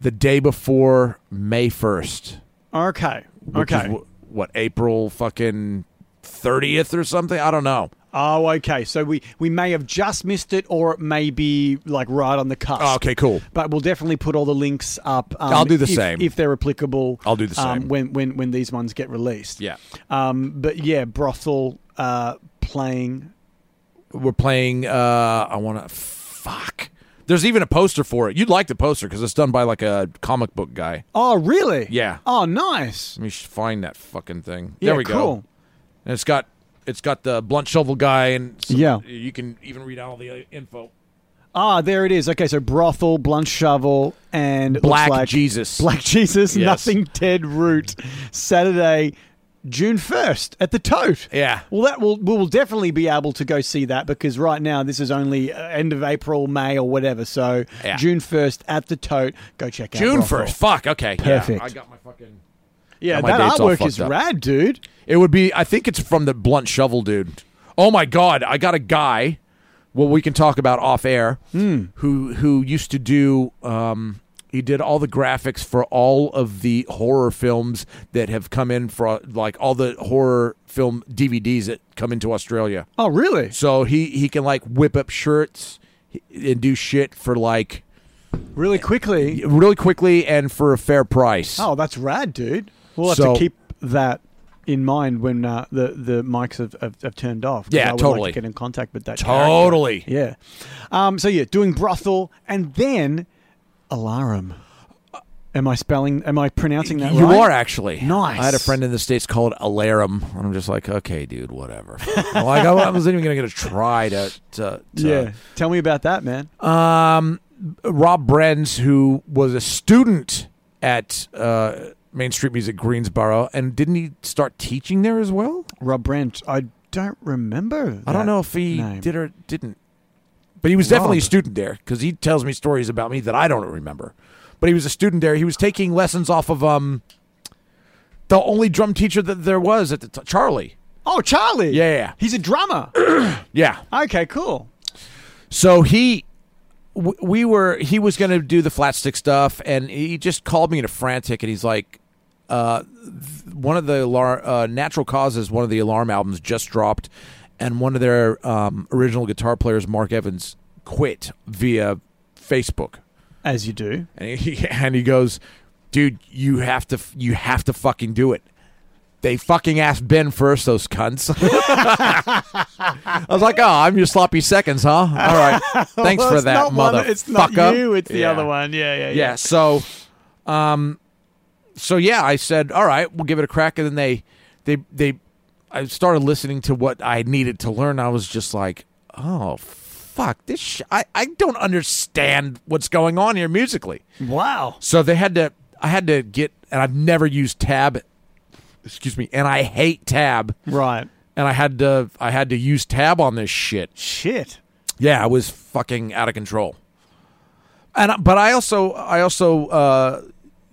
Speaker 7: the day before May first.
Speaker 2: Okay.
Speaker 7: which is
Speaker 2: Okay.
Speaker 7: wh- what April fucking thirtieth or something? I don't know.
Speaker 2: oh, okay. So we we may have just missed it or it may be like right on the cusp.
Speaker 7: Oh, okay, cool.
Speaker 2: But we'll definitely put all the links up. um,
Speaker 7: I'll do the
Speaker 2: if-
Speaker 7: same.
Speaker 2: if they're applicable.
Speaker 7: I'll do the
Speaker 2: um,
Speaker 7: same.
Speaker 2: when when when these ones get released.
Speaker 7: Yeah,
Speaker 2: Um, but yeah, brothel uh, playing.
Speaker 7: we're playing. uh I want to fuck. There's even a poster for it. You'd like the poster because it's done by like a comic book guy.
Speaker 2: Oh, really?
Speaker 7: Yeah.
Speaker 2: Oh, nice.
Speaker 7: Let me sh- find that fucking thing.
Speaker 2: Yeah,
Speaker 7: there we
Speaker 2: cool.
Speaker 7: go. And it's got it's got the blunt shovel guy and some-
Speaker 2: Yeah.
Speaker 7: You can even read all the uh, info.
Speaker 2: Ah, there it is. Okay, so brothel, blunt shovel, and it looks
Speaker 7: Black
Speaker 2: like
Speaker 7: Jesus.
Speaker 2: Black Jesus,
Speaker 7: Yes.
Speaker 2: nothing dead root. Saturday, June first at the Tote.
Speaker 7: Yeah.
Speaker 2: Well, that will we will definitely be able to go see that because right now this is only uh, end of April, May, or whatever. So
Speaker 7: Yeah.
Speaker 2: June first at the Tote. Go check out
Speaker 7: June
Speaker 2: Brothel.
Speaker 7: first. Fuck. Okay. yeah,
Speaker 2: Perfect.
Speaker 7: I got my fucking.
Speaker 2: Yeah,
Speaker 7: Got my
Speaker 2: that
Speaker 7: dates all
Speaker 2: artwork
Speaker 7: fucked
Speaker 2: is
Speaker 7: up.
Speaker 2: rad, dude.
Speaker 7: It would be. I think it's from the blunt shovel dude. Oh my god! I got a guy. Well, we can talk about off air. Who who used to do um, He did all the graphics for all of the horror films that have come in for uh, like all the horror film DVDs that come into Australia.
Speaker 2: Oh, really?
Speaker 7: So he he can like whip up shirts and do shit for like
Speaker 2: Really quickly.
Speaker 7: really quickly and for a fair price.
Speaker 2: Oh, that's rad, dude. We'll have
Speaker 7: So-
Speaker 2: to keep that in mind when uh, the the mics have, have, have turned off. 'cause
Speaker 7: Yeah,
Speaker 2: I would
Speaker 7: totally.
Speaker 2: Like to get in contact with that. character.
Speaker 7: totally.
Speaker 2: Yeah. Um, so yeah, doing brothel and then alarum. Am I spelling? Am I pronouncing that
Speaker 7: You
Speaker 2: right?
Speaker 7: are actually
Speaker 2: Nice.
Speaker 7: I had a friend in the states called Alarum, and I'm just like, okay, dude, whatever. like I wasn't even gonna get a try to, to, to
Speaker 2: Yeah. Tell me about that, man.
Speaker 7: Um, Rob Brenz, who was a student at uh, Main Street Music Greensboro, and didn't he start teaching there as well?
Speaker 2: Rob Branch. I don't remember.
Speaker 7: I
Speaker 2: that
Speaker 7: don't know if he
Speaker 2: name.
Speaker 7: did or didn't, but he was definitely a
Speaker 2: Rob.
Speaker 7: student there because he tells me stories about me that I don't remember. But he was a student there. He was taking lessons off of um, the only drum teacher that there was at the t- Charlie.
Speaker 2: Oh, Charlie.
Speaker 7: Yeah, yeah,
Speaker 2: He's a drummer.
Speaker 7: yeah.
Speaker 2: okay, cool.
Speaker 7: So he, w- we were, he was going to do the flat stick stuff, and he just called me in a frantic, and he's like, uh, th- one of the alar- uh, natural causes, one of the alarm albums just dropped, and one of their um, original guitar players, Mark Evans, quit via Facebook,
Speaker 2: As you do.
Speaker 7: and he and he goes, dude, you have to, f- you have to fucking do it. They fucking asked Ben first, those cunts. I was like, oh, I'm your sloppy seconds, huh? All right. Thanks
Speaker 2: Well,
Speaker 7: for
Speaker 2: it's
Speaker 7: that,
Speaker 2: not one-
Speaker 7: motherfucker.
Speaker 2: It's not you. It's the
Speaker 7: Yeah.
Speaker 2: other one. Yeah, yeah, yeah.
Speaker 7: Yeah. So, um, so yeah, I said, all right, we'll give it a crack, and then they, they, they, I started listening to what I needed to learn. I was just like, oh, fuck, this. Sh- I I don't understand what's going on here musically.
Speaker 2: Wow.
Speaker 7: So they had to. I had to get, and I've never used tab. Excuse me, and I hate tab,
Speaker 2: Right.
Speaker 7: and I had to. I had to use tab on this shit.
Speaker 2: Shit.
Speaker 7: Yeah, I was fucking out of control. And I- but I also I also uh,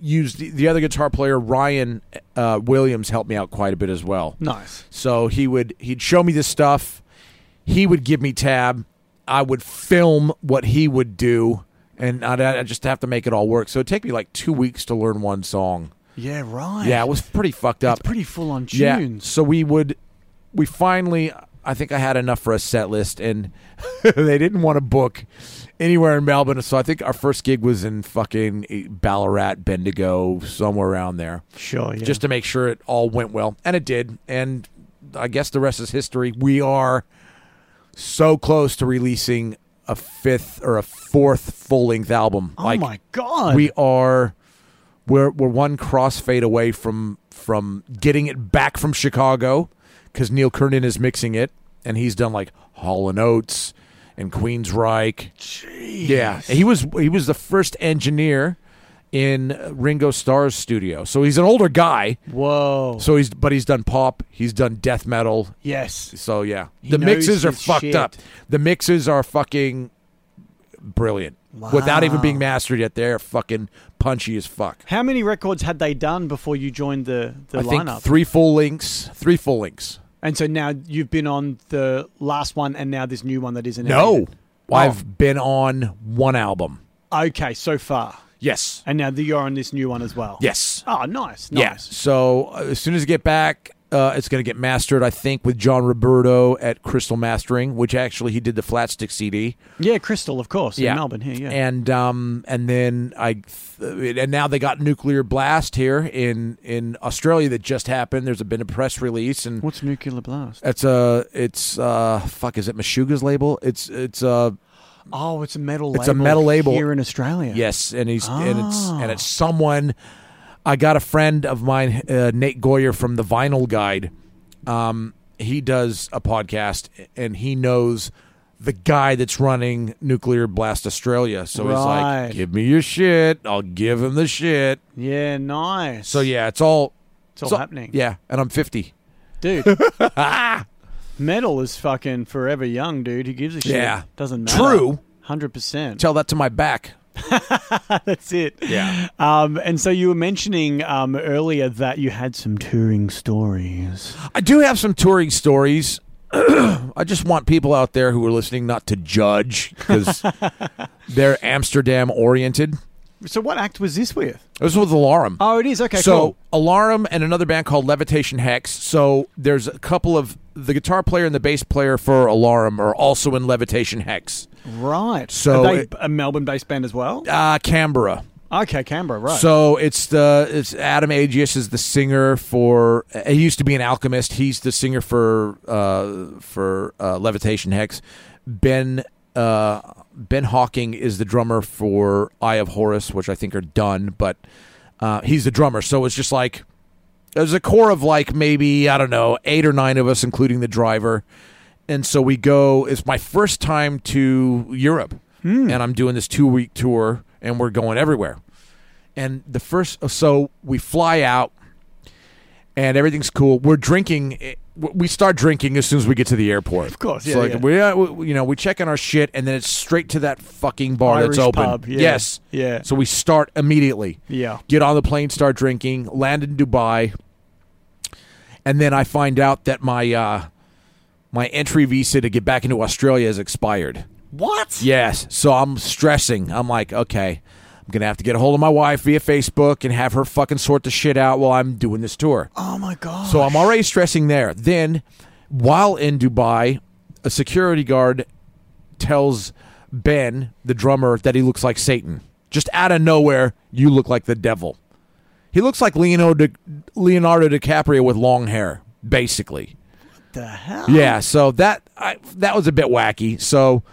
Speaker 7: used the, the other guitar player Ryan uh, Williams helped me out quite a bit as well.
Speaker 2: Nice.
Speaker 7: So he would he'd show me this stuff. He would give me tab. I would film what he would do, and I'd, I'd just have to make it all work. So it'd take me like two weeks to learn one song.
Speaker 2: Yeah, right.
Speaker 7: Yeah, it was pretty fucked up.
Speaker 2: pretty full on
Speaker 7: Yeah.
Speaker 2: tunes.
Speaker 7: So we would, we finally, I think I had enough for a set list, and they didn't want to book anywhere in Melbourne. So I think our first gig was in fucking Ballarat, Bendigo, somewhere around there,
Speaker 2: Sure, yeah.
Speaker 7: just to make sure it all went well, and it did. And I guess the rest is history. We are so close to releasing a fifth or a fourth full length album.
Speaker 2: oh
Speaker 7: like,
Speaker 2: my god.
Speaker 7: we are we're we're one crossfade away from from getting it back from Chicago because Neil Kernan is mixing it and he's done like Hall and Oates and Queensryche. Yeah, he was he was the first engineer in Ringo Starr's studio, so he's an older guy.
Speaker 2: Whoa.
Speaker 7: So he's but he's done pop, he's done death metal.
Speaker 2: yes.
Speaker 7: So yeah,
Speaker 2: He
Speaker 7: the
Speaker 2: knows
Speaker 7: mixes are
Speaker 2: his
Speaker 7: fucked
Speaker 2: shit.
Speaker 7: up. The mixes are fucking brilliant. Without even being mastered yet, they're fucking punchy as fuck.
Speaker 2: How many records had they done before you joined the, the
Speaker 7: I
Speaker 2: lineup?
Speaker 7: think three full links. Three full links.
Speaker 2: And so now you've been on the last one and now this new one that isn't out
Speaker 7: No,
Speaker 2: yet.
Speaker 7: I've been on one album.
Speaker 2: Okay, so far.
Speaker 7: Yes.
Speaker 2: And now that you're on this new one as well.
Speaker 7: Yes.
Speaker 2: Oh, nice. Nice.
Speaker 7: Yeah. So uh, as soon as I get back, uh, it's going to get mastered. I think with John Roberto at Crystal Mastering, which actually he did the Flatstick CD.
Speaker 2: Yeah, Crystal, of course,
Speaker 7: Yeah.
Speaker 2: in Melbourne here, yeah.
Speaker 7: and um and then I th- and now they got nuclear blast here in in Australia that just happened. There's been a press release and
Speaker 2: What's Nuclear Blast?
Speaker 7: it's a it's uh fuck is it Meshuggah's label? It's it's uh
Speaker 2: Oh, it's a metal label.
Speaker 7: It's a metal label.
Speaker 2: here in Australia.
Speaker 7: yes and he's and it's
Speaker 2: Ah.
Speaker 7: and it's someone. I got a friend of mine, uh, Nate Goyer from the Vinyl Guide. Um, he does a podcast and he knows the guy that's running Nuclear Blast Australia. So he's
Speaker 2: Right.
Speaker 7: like, "Give me your shit. I'll give him the shit."
Speaker 2: Yeah, nice.
Speaker 7: So yeah, it's all
Speaker 2: it's all
Speaker 7: so-
Speaker 2: happening.
Speaker 7: Yeah, and I'm 50.
Speaker 2: dude. metal is fucking forever young, dude. Who gives a shit?
Speaker 7: Yeah.
Speaker 2: doesn't matter.
Speaker 7: True.
Speaker 2: hundred percent.
Speaker 7: Tell that to my back.
Speaker 2: That's it.
Speaker 7: Yeah.
Speaker 2: Um, and so you were mentioning um, earlier that you had some touring stories.
Speaker 7: I do have some touring stories. I just want people out there who are listening not to judge because they're Amsterdam oriented.
Speaker 2: So what act was this with?
Speaker 7: It was with Alarum.
Speaker 2: Oh, it is. Okay,
Speaker 7: so
Speaker 2: cool.
Speaker 7: Alarum and another band called Levitation Hex. So there's a couple of the guitar player and the bass player for Alarum are also in Levitation Hex.
Speaker 2: Right.
Speaker 7: So
Speaker 2: Are they
Speaker 7: it-
Speaker 2: a Melbourne-based band as well.
Speaker 7: Uh, Canberra.
Speaker 2: Okay, Canberra. Right.
Speaker 7: So it's the it's Adam Agius is the singer for he used to be an alchemist. He's the singer for uh, for uh, Levitation Hex. Ben uh, Ben Hawking is the drummer for Eye of Horus, which I think are done, but uh, he's the drummer. So it's just like there's a core of like maybe I don't know eight or nine of us, including the driver. And so we go. It's my first time to Europe,
Speaker 2: Hmm.
Speaker 7: and I'm doing this two week tour, and we're going everywhere and the first so we fly out and everything's cool we're drinking eh, we start drinking as soon as we get to the airport of
Speaker 2: course,
Speaker 7: it's
Speaker 2: yeah,
Speaker 7: like
Speaker 2: yeah.
Speaker 7: we uh, we you know we check in our shit and then it's straight to that fucking bar
Speaker 2: Irish
Speaker 7: oh, that's open
Speaker 2: pub, yeah,
Speaker 7: yes
Speaker 2: yeah.
Speaker 7: so we start immediately
Speaker 2: Yeah.
Speaker 7: get on the plane start drinking land in dubai and then i find out that my uh my entry visa to get back into australia has expired
Speaker 2: what?
Speaker 7: Yes. So I'm stressing. I'm like, okay, I'm gonna have to get a hold of my wife via Facebook and have her fucking sort the shit out while I'm doing this tour.
Speaker 2: Oh my god.
Speaker 7: So I'm already stressing there. Then, while in Dubai, a security guard tells Ben, the drummer, that he looks like Satan. Just out of nowhere, you look like the devil. He looks like Leonardo, Leonardo DiCaprio with long hair, basically.
Speaker 2: the hell?
Speaker 7: Yeah, so that I, that was a bit wacky. So,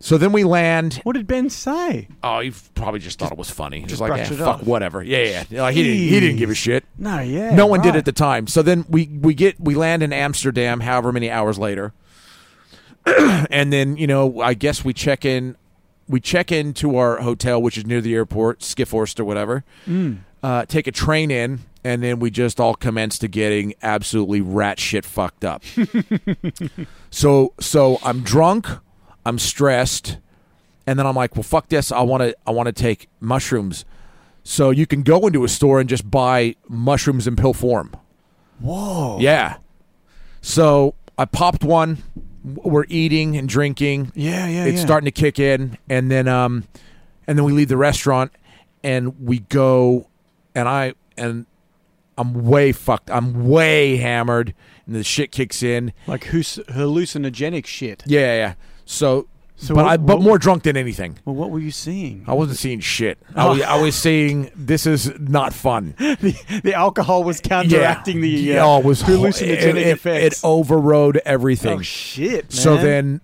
Speaker 7: so then we land,
Speaker 2: What did Ben say?
Speaker 7: Oh, he probably just thought it was funny. Just, like,
Speaker 2: brushed
Speaker 7: eh,
Speaker 2: it
Speaker 7: fuck,
Speaker 2: off.
Speaker 7: whatever. Yeah, yeah. Like, he, didn't, he didn't give a shit.
Speaker 2: No, yeah.
Speaker 7: no one did
Speaker 2: right.
Speaker 7: at the time. So then we we get we land in Amsterdam, however many hours later, and then you know I guess we check in, we check into our hotel, which is near the airport, Skifhorst or whatever.
Speaker 2: Hmm.
Speaker 7: Uh, take a train in, and then we just all commence to getting absolutely rat shit fucked up. so so I'm drunk, I'm stressed, and then I'm like, well, fuck this. I want to I want to take mushrooms. So you can go into a store and just buy mushrooms in pill form.
Speaker 2: Oh.
Speaker 7: Whoa. Yeah. So I popped one. We're eating and drinking.
Speaker 2: Yeah, yeah.
Speaker 7: It's
Speaker 2: yeah.
Speaker 7: starting to kick in, and then um, and then we leave the restaurant, and we go, and I and I'm way fucked. I'm way hammered, and the shit kicks in.
Speaker 2: like who's hallucinogenic shit.
Speaker 7: Yeah, yeah. yeah. So,
Speaker 2: So
Speaker 7: but
Speaker 2: what-
Speaker 7: I but
Speaker 2: what-
Speaker 7: more drunk than anything.
Speaker 2: Well, what were you seeing?
Speaker 7: I wasn't seeing shit.
Speaker 2: Oh.
Speaker 7: I was, I was seeing this is not fun.
Speaker 2: the, the alcohol was counteracting the uh,
Speaker 7: Yeah, Oh, it was hor- it-
Speaker 2: hallucinogenic
Speaker 7: it,
Speaker 2: effects.
Speaker 7: It overrode everything.
Speaker 2: oh shit! Man.
Speaker 7: so then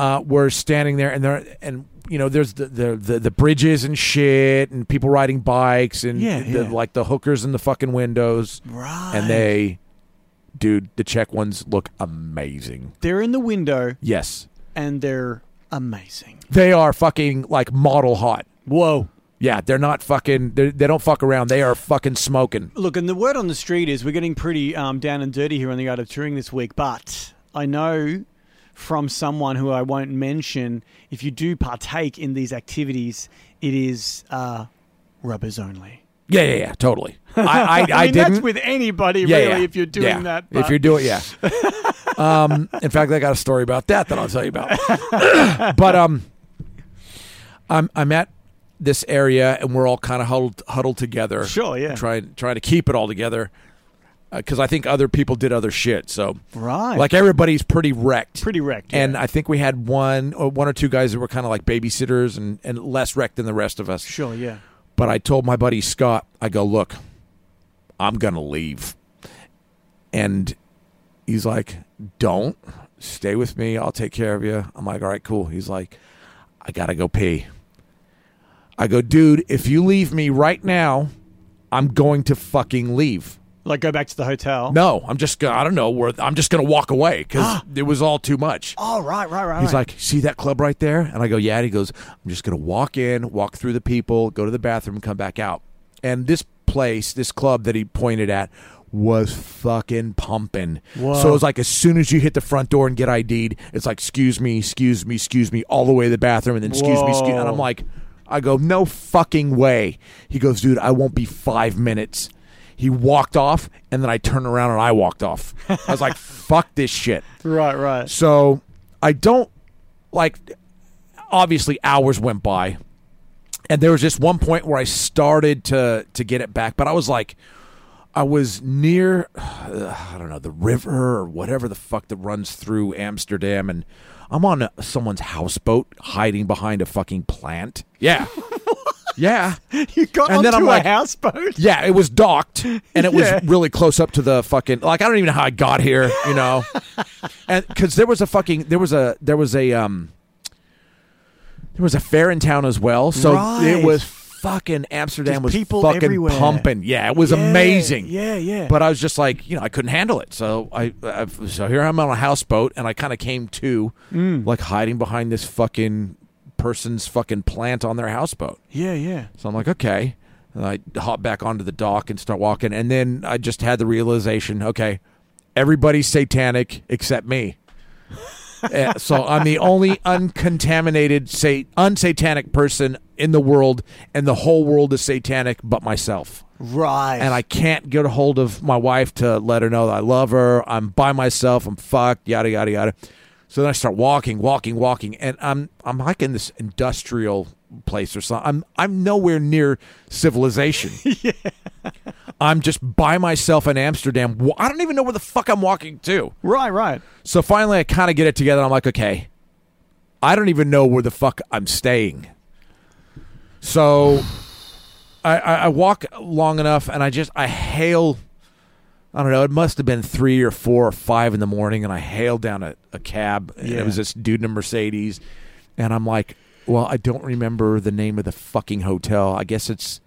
Speaker 7: uh, we're standing there, and there, and you know, there's the, the the the bridges and shit, and people riding bikes, and
Speaker 2: Yeah,
Speaker 7: the,
Speaker 2: yeah.
Speaker 7: like the hookers in the fucking windows,
Speaker 2: right,
Speaker 7: and they, dude, the Czech ones look amazing.
Speaker 2: they're in the window
Speaker 7: Yes,
Speaker 2: and they're amazing.
Speaker 7: they are fucking like model hot.
Speaker 2: Whoa.
Speaker 7: Yeah, they're not fucking. They're, they don't fuck around. They are fucking smoking.
Speaker 2: Look, and the word on the street is we're getting pretty um, down and dirty here on the art of touring this week, but I know from someone who I won't mention, if you do partake in these activities, it is uh, rubbers only.
Speaker 7: Yeah, yeah, yeah, totally. I, I, I,
Speaker 2: mean,
Speaker 7: didn't.
Speaker 2: That's with anybody,
Speaker 7: yeah,
Speaker 2: really,
Speaker 7: yeah,
Speaker 2: if you're doing
Speaker 7: yeah.
Speaker 2: that.
Speaker 7: if you're doing, yeah. um, in fact, I got a story about that that I'll tell you about. but um, I'm I'm at this area and we're all kind of huddled huddled together.
Speaker 2: Sure, yeah.
Speaker 7: Trying trying to keep it all together because I think other people did other shit. So
Speaker 2: Right.
Speaker 7: like everybody's pretty wrecked.
Speaker 2: Pretty wrecked,
Speaker 7: And
Speaker 2: yeah.
Speaker 7: I think we had one or one or two guys that were kind of like babysitters and and less wrecked than the rest of us.
Speaker 2: Sure, yeah.
Speaker 7: But I told my buddy Scott, I go, look, I'm going to leave. And he's like, don't. Stay with me. I'll take care of you. I'm like, all right, cool. He's like, I got to go pee. I go, dude, if you leave me right now, I'm going to fucking leave.
Speaker 2: Like, go back to the hotel.
Speaker 7: No, I'm just going to, I don't know where, I'm just going to walk away because it was all too much.
Speaker 2: Oh, right, right, right.
Speaker 7: He's
Speaker 2: right.
Speaker 7: like, see that club right there? And I go, yeah. And he goes, I'm just going to walk in, walk through the people, go to the bathroom, come back out. And this place, this club that he pointed at, was fucking pumping. So it was like as soon as you hit the front door and get ID'd, it's like, excuse me, excuse me, excuse me, all the way to the bathroom, and then excuse me, excuse And I'm
Speaker 2: Whoa.
Speaker 7: like, I go, no fucking way. He goes, dude, I won't be five minutes. He walked off, and then I turned around and I walked off. I was like, fuck this shit.
Speaker 2: right, right.
Speaker 7: So I don't like. Obviously, hours went by, and there was just one point where I started to to get it back, but I was like, I was near, I don't know, the river or whatever the fuck that runs through Amsterdam, and I'm on a, someone's houseboat hiding behind a fucking plant. Yeah, yeah.
Speaker 2: You got
Speaker 7: And
Speaker 2: onto
Speaker 7: then I'm
Speaker 2: a
Speaker 7: like-
Speaker 2: houseboat.
Speaker 7: Yeah, it was docked, and it was
Speaker 2: Yeah.
Speaker 7: really close up to the fucking. Like I don't even know how I got here, you know, and because there was a fucking there was a there was a um there was a fair in town as well, so
Speaker 2: Right.
Speaker 7: it was fucking Amsterdam
Speaker 2: Just
Speaker 7: was
Speaker 2: people
Speaker 7: fucking
Speaker 2: everywhere.
Speaker 7: pumping. Yeah, it was amazing.
Speaker 2: Yeah, yeah.
Speaker 7: But I was just like, you know, I couldn't handle it. So I, I so here I'm on a houseboat, and I kind of came to,
Speaker 2: Mm.
Speaker 7: like hiding behind this fucking person's fucking plant on their houseboat.
Speaker 2: yeah, yeah.
Speaker 7: So I'm like, okay. And I hop back onto the dock and start walking. And then I just had the realization okay, everybody's satanic except me. Uh, so I'm the only uncontaminated, say, unsatanic person in the world, and the whole world is satanic but myself.
Speaker 2: Right.
Speaker 7: And I can't get a hold of my wife to let her know that I love her. I'm by myself. I'm fucked. Yada yada yada. So then I start walking, walking, walking, and I'm I'm like in this industrial place or something. I'm I'm nowhere near civilization. I'm just by myself in Amsterdam. Wa- I don't even know where the fuck I'm walking to.
Speaker 2: Right, right.
Speaker 7: So finally, I kind of get it together. I'm like, okay, I don't even know where the fuck I'm staying. So I, I, I walk long enough, and I just I hail. I don't know. It must have been three or four or five in the morning, and I hailed down a, a cab, and
Speaker 2: Yeah.
Speaker 7: it was this dude in a Mercedes, and I'm like, well, I don't remember the name of the fucking hotel. I guess it's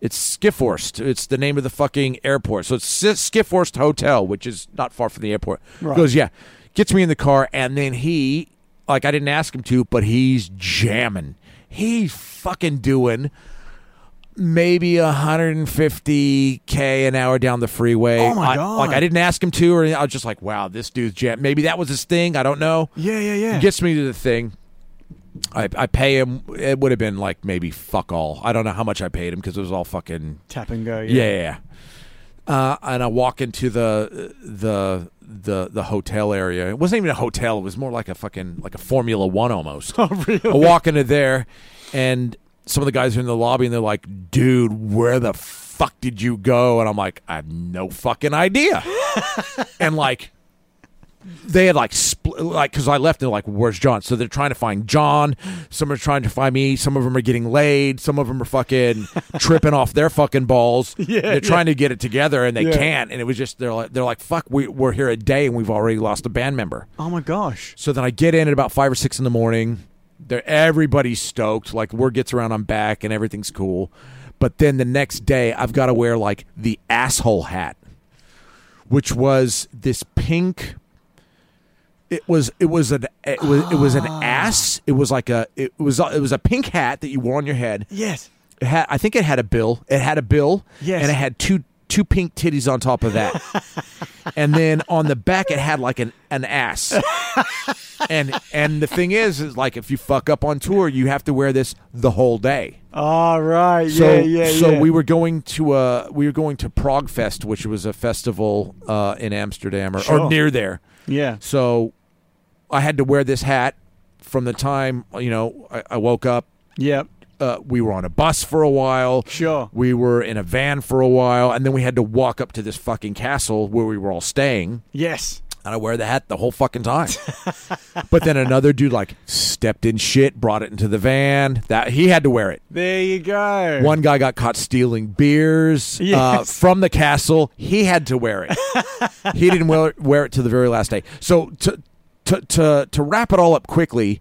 Speaker 7: it's Skifhorst. It's the name of the fucking airport. So it's S- Skifhorst Hotel, which is not far from the airport.
Speaker 2: Right.
Speaker 7: Goes, yeah. Gets me in the car, and then he, like, I didn't ask him to, but he's jamming. He's fucking doing maybe 150k an hour down the freeway.
Speaker 2: Oh, my
Speaker 7: I-
Speaker 2: God.
Speaker 7: Like, I didn't ask him to, or I was just like, wow, this dude's jam. Maybe that was his thing. I don't know.
Speaker 2: Yeah, yeah, yeah.
Speaker 7: He gets me to the thing. I, I pay him. It would have been like maybe fuck all. I don't know how much I paid him because it was all fucking
Speaker 2: Tap and go.
Speaker 7: yeah.
Speaker 2: Yeah.
Speaker 7: yeah, yeah. Uh, and I walk into the the the the hotel area. It wasn't even a hotel. It was more like a fucking like a Formula One almost.
Speaker 2: Oh, really?
Speaker 7: I walk into there, and some of the guys are in the lobby, and they're like, "Dude, where the fuck did you go?" And I'm like, "I have no fucking idea." and like, they had like split, like because I left, and they're like, "Where's John?" So they're trying to find John. Some are trying to find me. Some of them are getting laid. Some of them are fucking tripping off their fucking balls.
Speaker 2: Yeah,
Speaker 7: they're
Speaker 2: yeah.
Speaker 7: trying to get it together, and they
Speaker 2: Yeah.
Speaker 7: can't. And it was just they're like, they're like, "Fuck, we, we're here a day, and we've already lost a band member."
Speaker 2: Oh my gosh.
Speaker 7: So then I get in at about five or six in the morning. They're, everybody's stoked. Like word gets around, I'm back and everything's cool. But then the next day, I've got to wear like the asshole hat, which was this pink. It was it was an it was it was an ass. It was like a it was it was a pink hat that you wore on your head.
Speaker 2: Yes.
Speaker 7: It had, I think it had a bill. It had a bill.
Speaker 2: Yes.
Speaker 7: And it had two two pink titties on top of that. and then on the back it had like an, an ass. and and the thing is is like if you fuck up on tour, you have to wear this the whole day.
Speaker 2: All right.
Speaker 7: So
Speaker 2: yeah, yeah,
Speaker 7: so
Speaker 2: yeah.
Speaker 7: we were going to uh we were going to Prague Fest, which was a festival uh in Amsterdam or,
Speaker 2: Sure.
Speaker 7: or near there.
Speaker 2: Yeah.
Speaker 7: So I had to wear this hat from the time, you know, I, I woke up
Speaker 2: Yeah.
Speaker 7: uh, we were on a bus for a while.
Speaker 2: Sure.
Speaker 7: We were in a van for a while, and then we had to walk up to this fucking castle where we were all staying.
Speaker 2: Yes.
Speaker 7: And I wear the hat the whole fucking time. but then another dude like stepped in shit, brought it into the van. That he had to wear it.
Speaker 2: There you go.
Speaker 7: One guy got caught stealing beers uh,
Speaker 2: Yes.
Speaker 7: from the castle. He had to wear it. he didn't wear, wear it to the very last day. So to to to, to wrap it all up quickly.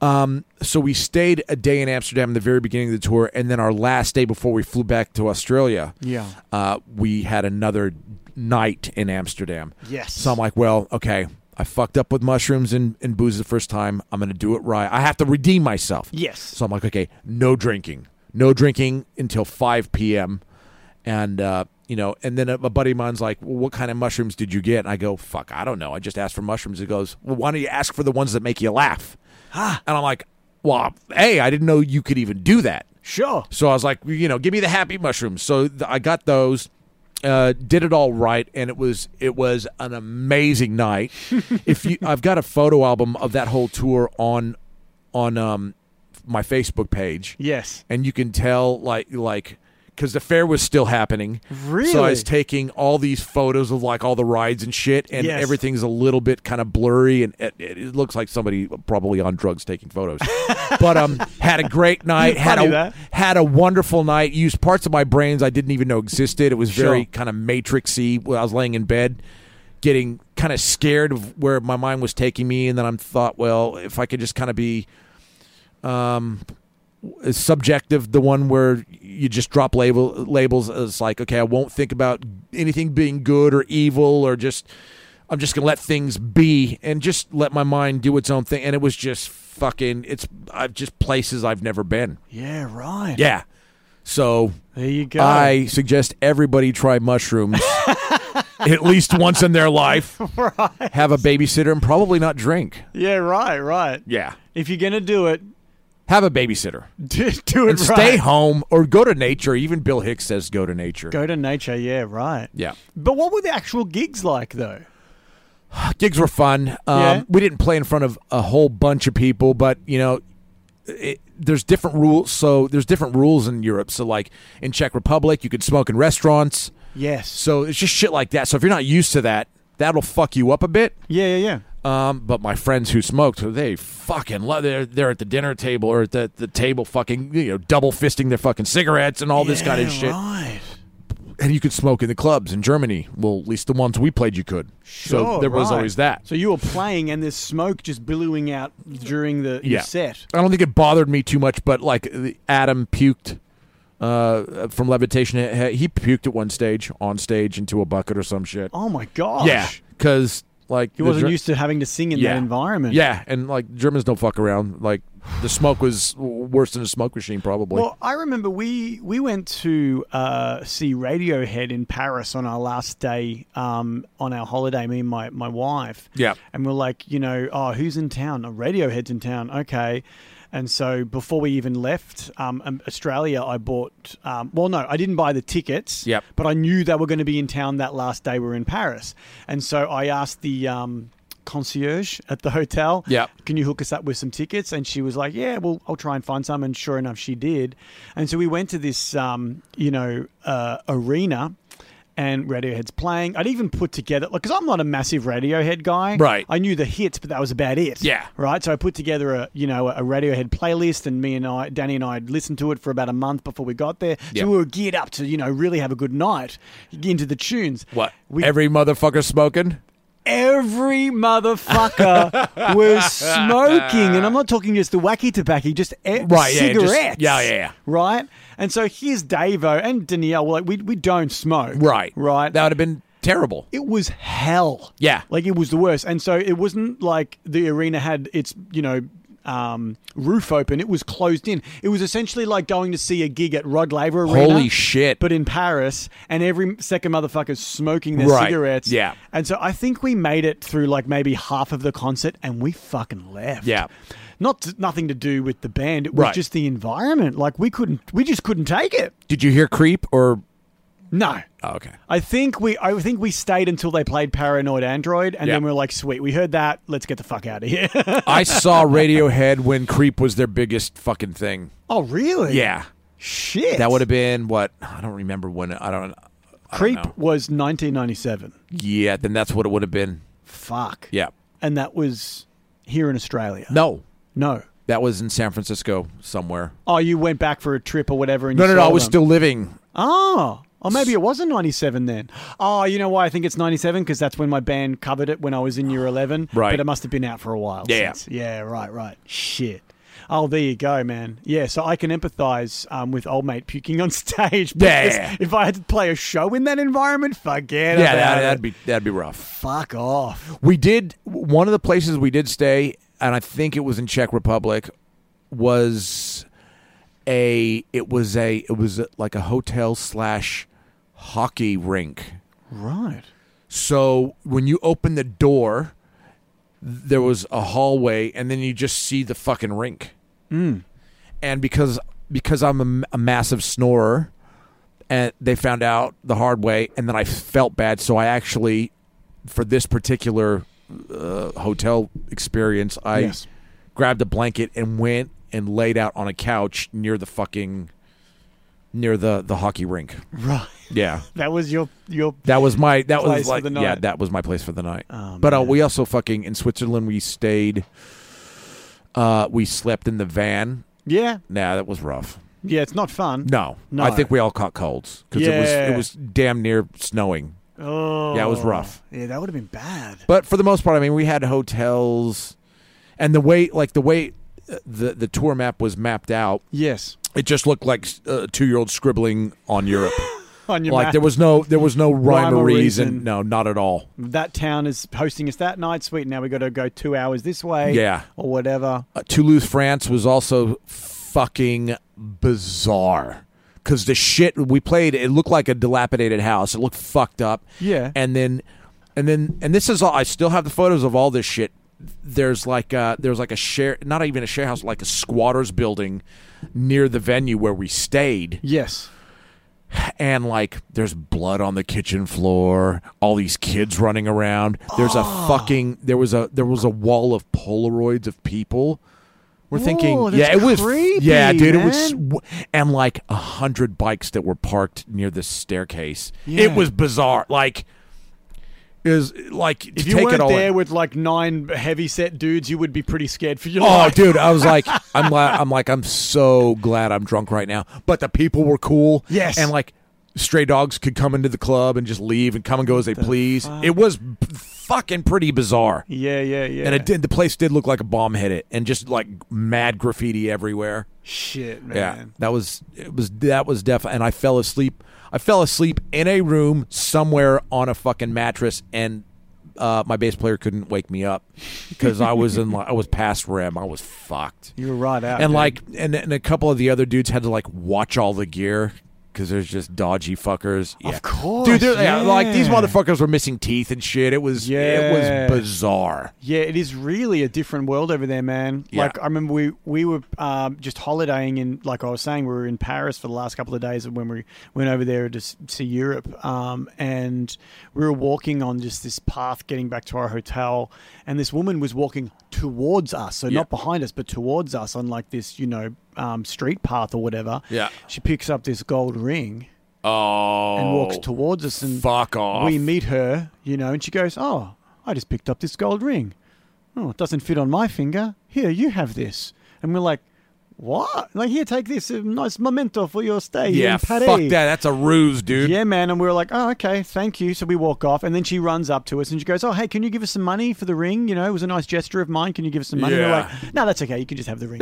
Speaker 7: Um, so we stayed a day in Amsterdam in the very beginning of the tour, and then our last day before we flew back to Australia.
Speaker 2: Yeah.
Speaker 7: Uh, we had another night in Amsterdam.
Speaker 2: Yes.
Speaker 7: So I'm like, well, okay. I fucked up with mushrooms and, and booze the first time. I'm going to do it right. I have to redeem myself.
Speaker 2: Yes.
Speaker 7: So I'm like, okay, no drinking. No drinking until 5 p.m. And, uh, you know, and then a, a buddy of mine's like, well, what kind of mushrooms did you get? And I go, fuck, I don't know. I just asked for mushrooms. He goes, well, why don't you ask for the ones that make you laugh? And I'm like, well, hey, I didn't know you could even do that.
Speaker 2: Sure.
Speaker 7: So I was like, you know, give me the happy mushrooms. So th- I got those. Uh, did it all right, and it was it was an amazing night. if you, I've got a photo album of that whole tour on on um, my Facebook page.
Speaker 2: Yes.
Speaker 7: and you can tell like like because the fair was still happening. So I
Speaker 2: Really?
Speaker 7: was taking all these photos of like all the rides and shit, and
Speaker 2: Yes.
Speaker 7: everything's a little bit kind of blurry, and it, it it looks like somebody probably on drugs taking photos. but um, had a great night. had
Speaker 2: Funny
Speaker 7: a
Speaker 2: that.
Speaker 7: had a wonderful night. Used parts of my brains I didn't even know existed. It was very
Speaker 2: Sure.
Speaker 7: kind of matrixy. When I was laying in bed, getting kind of scared of where my mind was taking me, and then I thought, well, if I could just kind of be is subjective the one where you just drop label labels as like okay i won't think about anything being good or evil or just i'm just gonna let things be and just let my mind do its own thing and it was just fucking it's i've just places i've never been
Speaker 2: Yeah, right.
Speaker 7: yeah so
Speaker 2: There you go.
Speaker 7: i suggest everybody try mushrooms at least once in their life
Speaker 2: Right.
Speaker 7: have a babysitter and probably not drink
Speaker 2: Yeah, right, right.
Speaker 7: yeah
Speaker 2: If you're going to do it,
Speaker 7: have a babysitter
Speaker 2: do, do it
Speaker 7: and
Speaker 2: right.
Speaker 7: stay home or go to nature even bill hicks says go to nature
Speaker 2: Go to nature. Yeah, right.
Speaker 7: Yeah.
Speaker 2: But what were the actual gigs like, though?
Speaker 7: Gigs were fun. Um,
Speaker 2: Yeah.
Speaker 7: We didn't play in front of a whole bunch of people, but, you know, it, there's different rules. So there's different rules in Europe. So, like in Czech Republic, you can smoke in restaurants.
Speaker 2: Yes.
Speaker 7: So it's just shit like that. So if you're not used to that, that'll fuck you up a bit.
Speaker 2: Yeah, yeah, yeah.
Speaker 7: Um, but my friends who smoked, they fucking love. They're they're at the dinner table or at the, the table, fucking you know, double fisting their fucking cigarettes and all this kind of
Speaker 2: Yeah,
Speaker 7: shit.
Speaker 2: Right.
Speaker 7: And you could smoke in the clubs in Germany. Well, at least the ones we played, you could. so
Speaker 2: Sure,
Speaker 7: there was
Speaker 2: right.
Speaker 7: always that.
Speaker 2: So you were playing, and there's smoke just billowing out during the your
Speaker 7: Yeah.
Speaker 2: set.
Speaker 7: I don't think it bothered me too much, but like the- Adam puked uh, from levitation. He- He puked at one stage on stage into a bucket or some shit.
Speaker 2: Oh my gosh.
Speaker 7: yeah, because like
Speaker 2: He wasn't used to having to sing in
Speaker 7: Yeah.
Speaker 2: that environment.
Speaker 7: Yeah, and like Germans don't fuck around. Like the smoke was worse than a smoke machine, probably.
Speaker 2: Well, I remember we we went to uh, see Radiohead in Paris on our last day um, on our holiday. Me and my my wife.
Speaker 7: Yeah.
Speaker 2: And we're like, you know, oh, who's in town? Oh, Radiohead's in town. Okay. And so before we even left um, um, Australia, I bought. Um, well, no, I didn't buy the tickets.
Speaker 7: Yep.
Speaker 2: But I knew they were going to be in town that last day we were in Paris, and so I asked the. Um, concierge at the hotel
Speaker 7: Yep.
Speaker 2: can you hook us up with some tickets? And she was like, yeah, well, I'll try and find some. And sure enough, she did. And so we went to this, um, you know, uh, arena and Radiohead's playing. I'd even put together, because I'm not a massive Radiohead guy.
Speaker 7: Right.
Speaker 2: I knew the hits, but that was about it.
Speaker 7: Yeah.
Speaker 2: Right. So I put together a, you know, a Radiohead playlist and me and I, Danny and I had listened to it for about a month before we got there. So
Speaker 7: Yep.
Speaker 2: we were geared up to, you know, really have a good night into the tunes.
Speaker 7: what
Speaker 2: We
Speaker 7: every motherfucker smoking?
Speaker 2: every motherfucker was smoking, and I'm not talking just the wacky tobacco, just e-
Speaker 7: Right, yeah, just-
Speaker 2: cigarettes.
Speaker 7: yeah, yeah, yeah.
Speaker 2: Right. And so here's Davo and Danielle. We're like, we we don't smoke.
Speaker 7: Right,
Speaker 2: Right.
Speaker 7: That would have been terrible.
Speaker 2: it was hell.
Speaker 7: Yeah.
Speaker 2: Like it was the worst. And so it wasn't like the arena had its, you know, um, roof open. It was closed in. It was essentially like going to see a gig at Rod Laver Arena.
Speaker 7: Holy shit.
Speaker 2: But in Paris, and every second motherfucker's smoking their
Speaker 7: Right.
Speaker 2: cigarettes.
Speaker 7: Yeah.
Speaker 2: And so I think we made it through like maybe half of the concert, and we fucking left.
Speaker 7: Yeah.
Speaker 2: Not to, nothing to do with the band. It was
Speaker 7: Right.
Speaker 2: just the environment. Like we couldn't. We just couldn't take it.
Speaker 7: Did you hear creep or?
Speaker 2: No.
Speaker 7: Oh, okay.
Speaker 2: I think we I think we stayed until they played Paranoid Android and
Speaker 7: Yeah.
Speaker 2: then we were like, sweet, we heard that, let's get the fuck out of here.
Speaker 7: I saw Radiohead when Creep was their biggest fucking thing.
Speaker 2: oh really?
Speaker 7: Yeah.
Speaker 2: Shit.
Speaker 7: That would have been what I don't remember when I don't. I don't
Speaker 2: Creep
Speaker 7: know.
Speaker 2: was nineteen ninety seven.
Speaker 7: Yeah, then that's what it would have been.
Speaker 2: Fuck.
Speaker 7: Yeah.
Speaker 2: And that was here in Australia.
Speaker 7: No,
Speaker 2: No.
Speaker 7: that was in San Francisco somewhere.
Speaker 2: Oh, you went back for a trip or whatever and
Speaker 7: No,
Speaker 2: you
Speaker 7: no, no.
Speaker 2: saw
Speaker 7: I was
Speaker 2: them.
Speaker 7: still living.
Speaker 2: Oh. Oh, maybe it wasn't 97 then. Oh, you know why I think it's 97? Because that's when my band covered it when I was in year 11.
Speaker 7: Right.
Speaker 2: But it must have been out for a while.
Speaker 7: Yeah.
Speaker 2: since. Yeah, right, right. Shit. Oh, there you go, man. Yeah, so I can empathize um, with old mate puking on stage. because
Speaker 7: Yeah.
Speaker 2: If I had to play a show in that environment, forget
Speaker 7: Yeah,
Speaker 2: about
Speaker 7: that,
Speaker 2: it.
Speaker 7: that'd be that'd be rough.
Speaker 2: Fuck off.
Speaker 7: We did one of the places we did stay, and I think it was in Czech Republic, was a it was a it was like a hotel slash hockey rink.
Speaker 2: Right.
Speaker 7: So when you open the door, there was a hallway, and then you just see the fucking rink. And because because I'm a m- a, massive snorer, and they found out the hard way, and then I felt bad, so I actually, for this particular uh, hotel experience, I
Speaker 2: Yes.
Speaker 7: grabbed a blanket and went and laid out on a couch near the fucking near the the hockey rink.
Speaker 2: Right.
Speaker 7: Yeah.
Speaker 2: That was your your
Speaker 7: That was my that
Speaker 2: Place
Speaker 7: was
Speaker 2: for
Speaker 7: like
Speaker 2: the
Speaker 7: yeah
Speaker 2: night.
Speaker 7: that was my place for the night.
Speaker 2: Oh,
Speaker 7: but uh,
Speaker 2: man.
Speaker 7: we also fucking in Switzerland we stayed. Uh, we slept in the van.
Speaker 2: yeah
Speaker 7: Nah, that was rough.
Speaker 2: yeah. It's not fun.
Speaker 7: No,
Speaker 2: No.
Speaker 7: I think we all caught colds because it
Speaker 2: Yeah.
Speaker 7: was it was damn near snowing.
Speaker 2: Oh
Speaker 7: Yeah, it was rough.
Speaker 2: Yeah, that would have been bad.
Speaker 7: But for the most part, I mean, we had hotels, and the way like the way uh, the the tour map was mapped out,
Speaker 2: Yes,
Speaker 7: it just looked like a two year old scribbling on Europe.
Speaker 2: on your
Speaker 7: like
Speaker 2: map.
Speaker 7: there was no there was no rhyme,
Speaker 2: Rhyme
Speaker 7: or
Speaker 2: or
Speaker 7: reason.
Speaker 2: reason.
Speaker 7: No, not at all.
Speaker 2: that town is hosting us that night. Sweet. Now we got to go two hours this way.
Speaker 7: Yeah.
Speaker 2: or whatever.
Speaker 7: Uh, Toulouse, France was also fucking bizarre. Because the shit we played, it looked like a dilapidated house. It looked fucked up.
Speaker 2: Yeah.
Speaker 7: And then, and then, and this is all. I still have the photos of all this shit. There's like a, there's like a share, not even a share house, like a squatters building near the venue where we stayed,
Speaker 2: Yes.
Speaker 7: and like there's blood on the kitchen floor. All these kids running around. There's
Speaker 2: Ah.
Speaker 7: a fucking there was a there was a wall of Polaroids of people. We're thinking,
Speaker 2: Whoa,
Speaker 7: yeah, it
Speaker 2: that's
Speaker 7: was,
Speaker 2: creepy,
Speaker 7: yeah, dude, it
Speaker 2: man.
Speaker 7: was, and like a hundred bikes that were parked near the staircase.
Speaker 2: Yeah.
Speaker 7: It was bizarre. Like, is like to
Speaker 2: If you
Speaker 7: take it
Speaker 2: weren't
Speaker 7: all.
Speaker 2: there
Speaker 7: in-
Speaker 2: with like nine heavy set dudes, you would be pretty scared for your
Speaker 7: oh,
Speaker 2: life.
Speaker 7: dude, I was like, I'm glad, I'm like, I'm so glad I'm drunk right now. But the people were cool.
Speaker 2: Yes.
Speaker 7: and like stray dogs could come into the club and just leave and come and go as they please. It was b- fucking pretty bizarre.
Speaker 2: Yeah, yeah, yeah.
Speaker 7: And it did. The place did look like a bomb hit it, and just like mad graffiti everywhere.
Speaker 2: Shit,
Speaker 7: Yeah,
Speaker 2: man.
Speaker 7: that was it was that was def. And I fell asleep. I fell asleep in a room somewhere on a fucking mattress, and uh, my bass player couldn't wake me up because I was in like, I was past REM. I was fucked.
Speaker 2: You were right out.
Speaker 7: and
Speaker 2: dude.
Speaker 7: like and, and a couple of the other dudes had to like watch all the gear because there's just dodgy fuckers. Yeah.
Speaker 2: of course,
Speaker 7: Dude, they're- yeah, like these
Speaker 2: yeah.
Speaker 7: motherfuckers were missing teeth and shit. It was
Speaker 2: Yeah.
Speaker 7: it was bizarre.
Speaker 2: Yeah, it is really a different world over there, man.
Speaker 7: Yeah.
Speaker 2: Like I remember we we were um, just holidaying in, like I was saying, we were in Paris for the last couple of days when we went over there to s- see Europe, um, and we were walking on just this path getting back to our hotel, and this woman was walking towards us, so not behind us, but towards us on like this, you know, um, street path or whatever.
Speaker 7: Yeah.
Speaker 2: she picks up this gold ring
Speaker 7: Oh,
Speaker 2: and walks towards us and
Speaker 7: fuck off.
Speaker 2: we meet her, you know, and she goes, "Oh, I just picked up this gold ring. Oh, it doesn't fit on my finger. Here, you have this." And we're like, "What? Like, here, take this. A nice memento for your stay here
Speaker 7: yeah,
Speaker 2: in Paris."
Speaker 7: fuck that. That's a ruse, dude.
Speaker 2: Yeah, man. And we were like, "Oh, okay, thank you." So we walk off, and then she runs up to us and she goes, "Oh, hey, can you give us some money for the ring? You know, it was a nice gesture of mine. Can you give us some money?" And
Speaker 7: Yeah.
Speaker 2: we're like, "No, that's okay. You can just have the ring."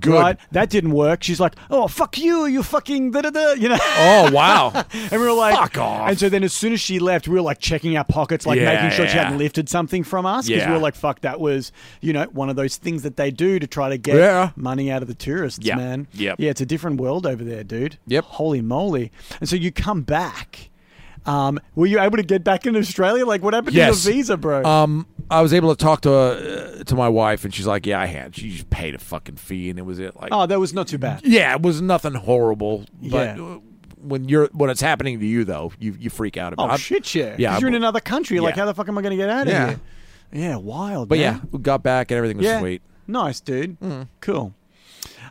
Speaker 7: Good.
Speaker 2: That didn't work. She's like, "Oh, fuck you. You fucking da da da." You know.
Speaker 7: Oh wow.
Speaker 2: And we were like,
Speaker 7: Fuck off.
Speaker 2: And so then as soon as she left, we were like checking our pockets, like
Speaker 7: Yeah,
Speaker 2: making sure she
Speaker 7: yeah.
Speaker 2: hadn't lifted something from us. Because
Speaker 7: Yeah.
Speaker 2: we were like, fuck, that was, you know, one of those things that they do to try to get
Speaker 7: Yeah.
Speaker 2: money out of the tourists,
Speaker 7: Yeah.
Speaker 2: man.
Speaker 7: Yep.
Speaker 2: Yeah, it's a different world over there, dude.
Speaker 7: Yep.
Speaker 2: Holy moly. And so you come back. Um, were you able to get back in Australia? Like, what happened
Speaker 7: Yes.
Speaker 2: to your visa, bro?
Speaker 7: um, I was able to talk to uh, to my wife, and she's like, "Yeah, I had. She just paid a fucking fee, and it was it. Like,
Speaker 2: oh, that was not too bad.
Speaker 7: yeah, it was nothing horrible. But
Speaker 2: Yeah.
Speaker 7: uh, when you're when it's happening to you, though, you you freak out
Speaker 2: Oh,
Speaker 7: about. it.
Speaker 2: shit, yeah.
Speaker 7: yeah,
Speaker 2: Because you're in
Speaker 7: but-
Speaker 2: another country. Like,
Speaker 7: yeah.
Speaker 2: how the fuck am I going to get out of
Speaker 7: Yeah.
Speaker 2: here? Yeah, wild.
Speaker 7: But
Speaker 2: man.
Speaker 7: yeah, we got back, and everything was
Speaker 2: Yeah.
Speaker 7: sweet.
Speaker 2: Nice, dude. Cool.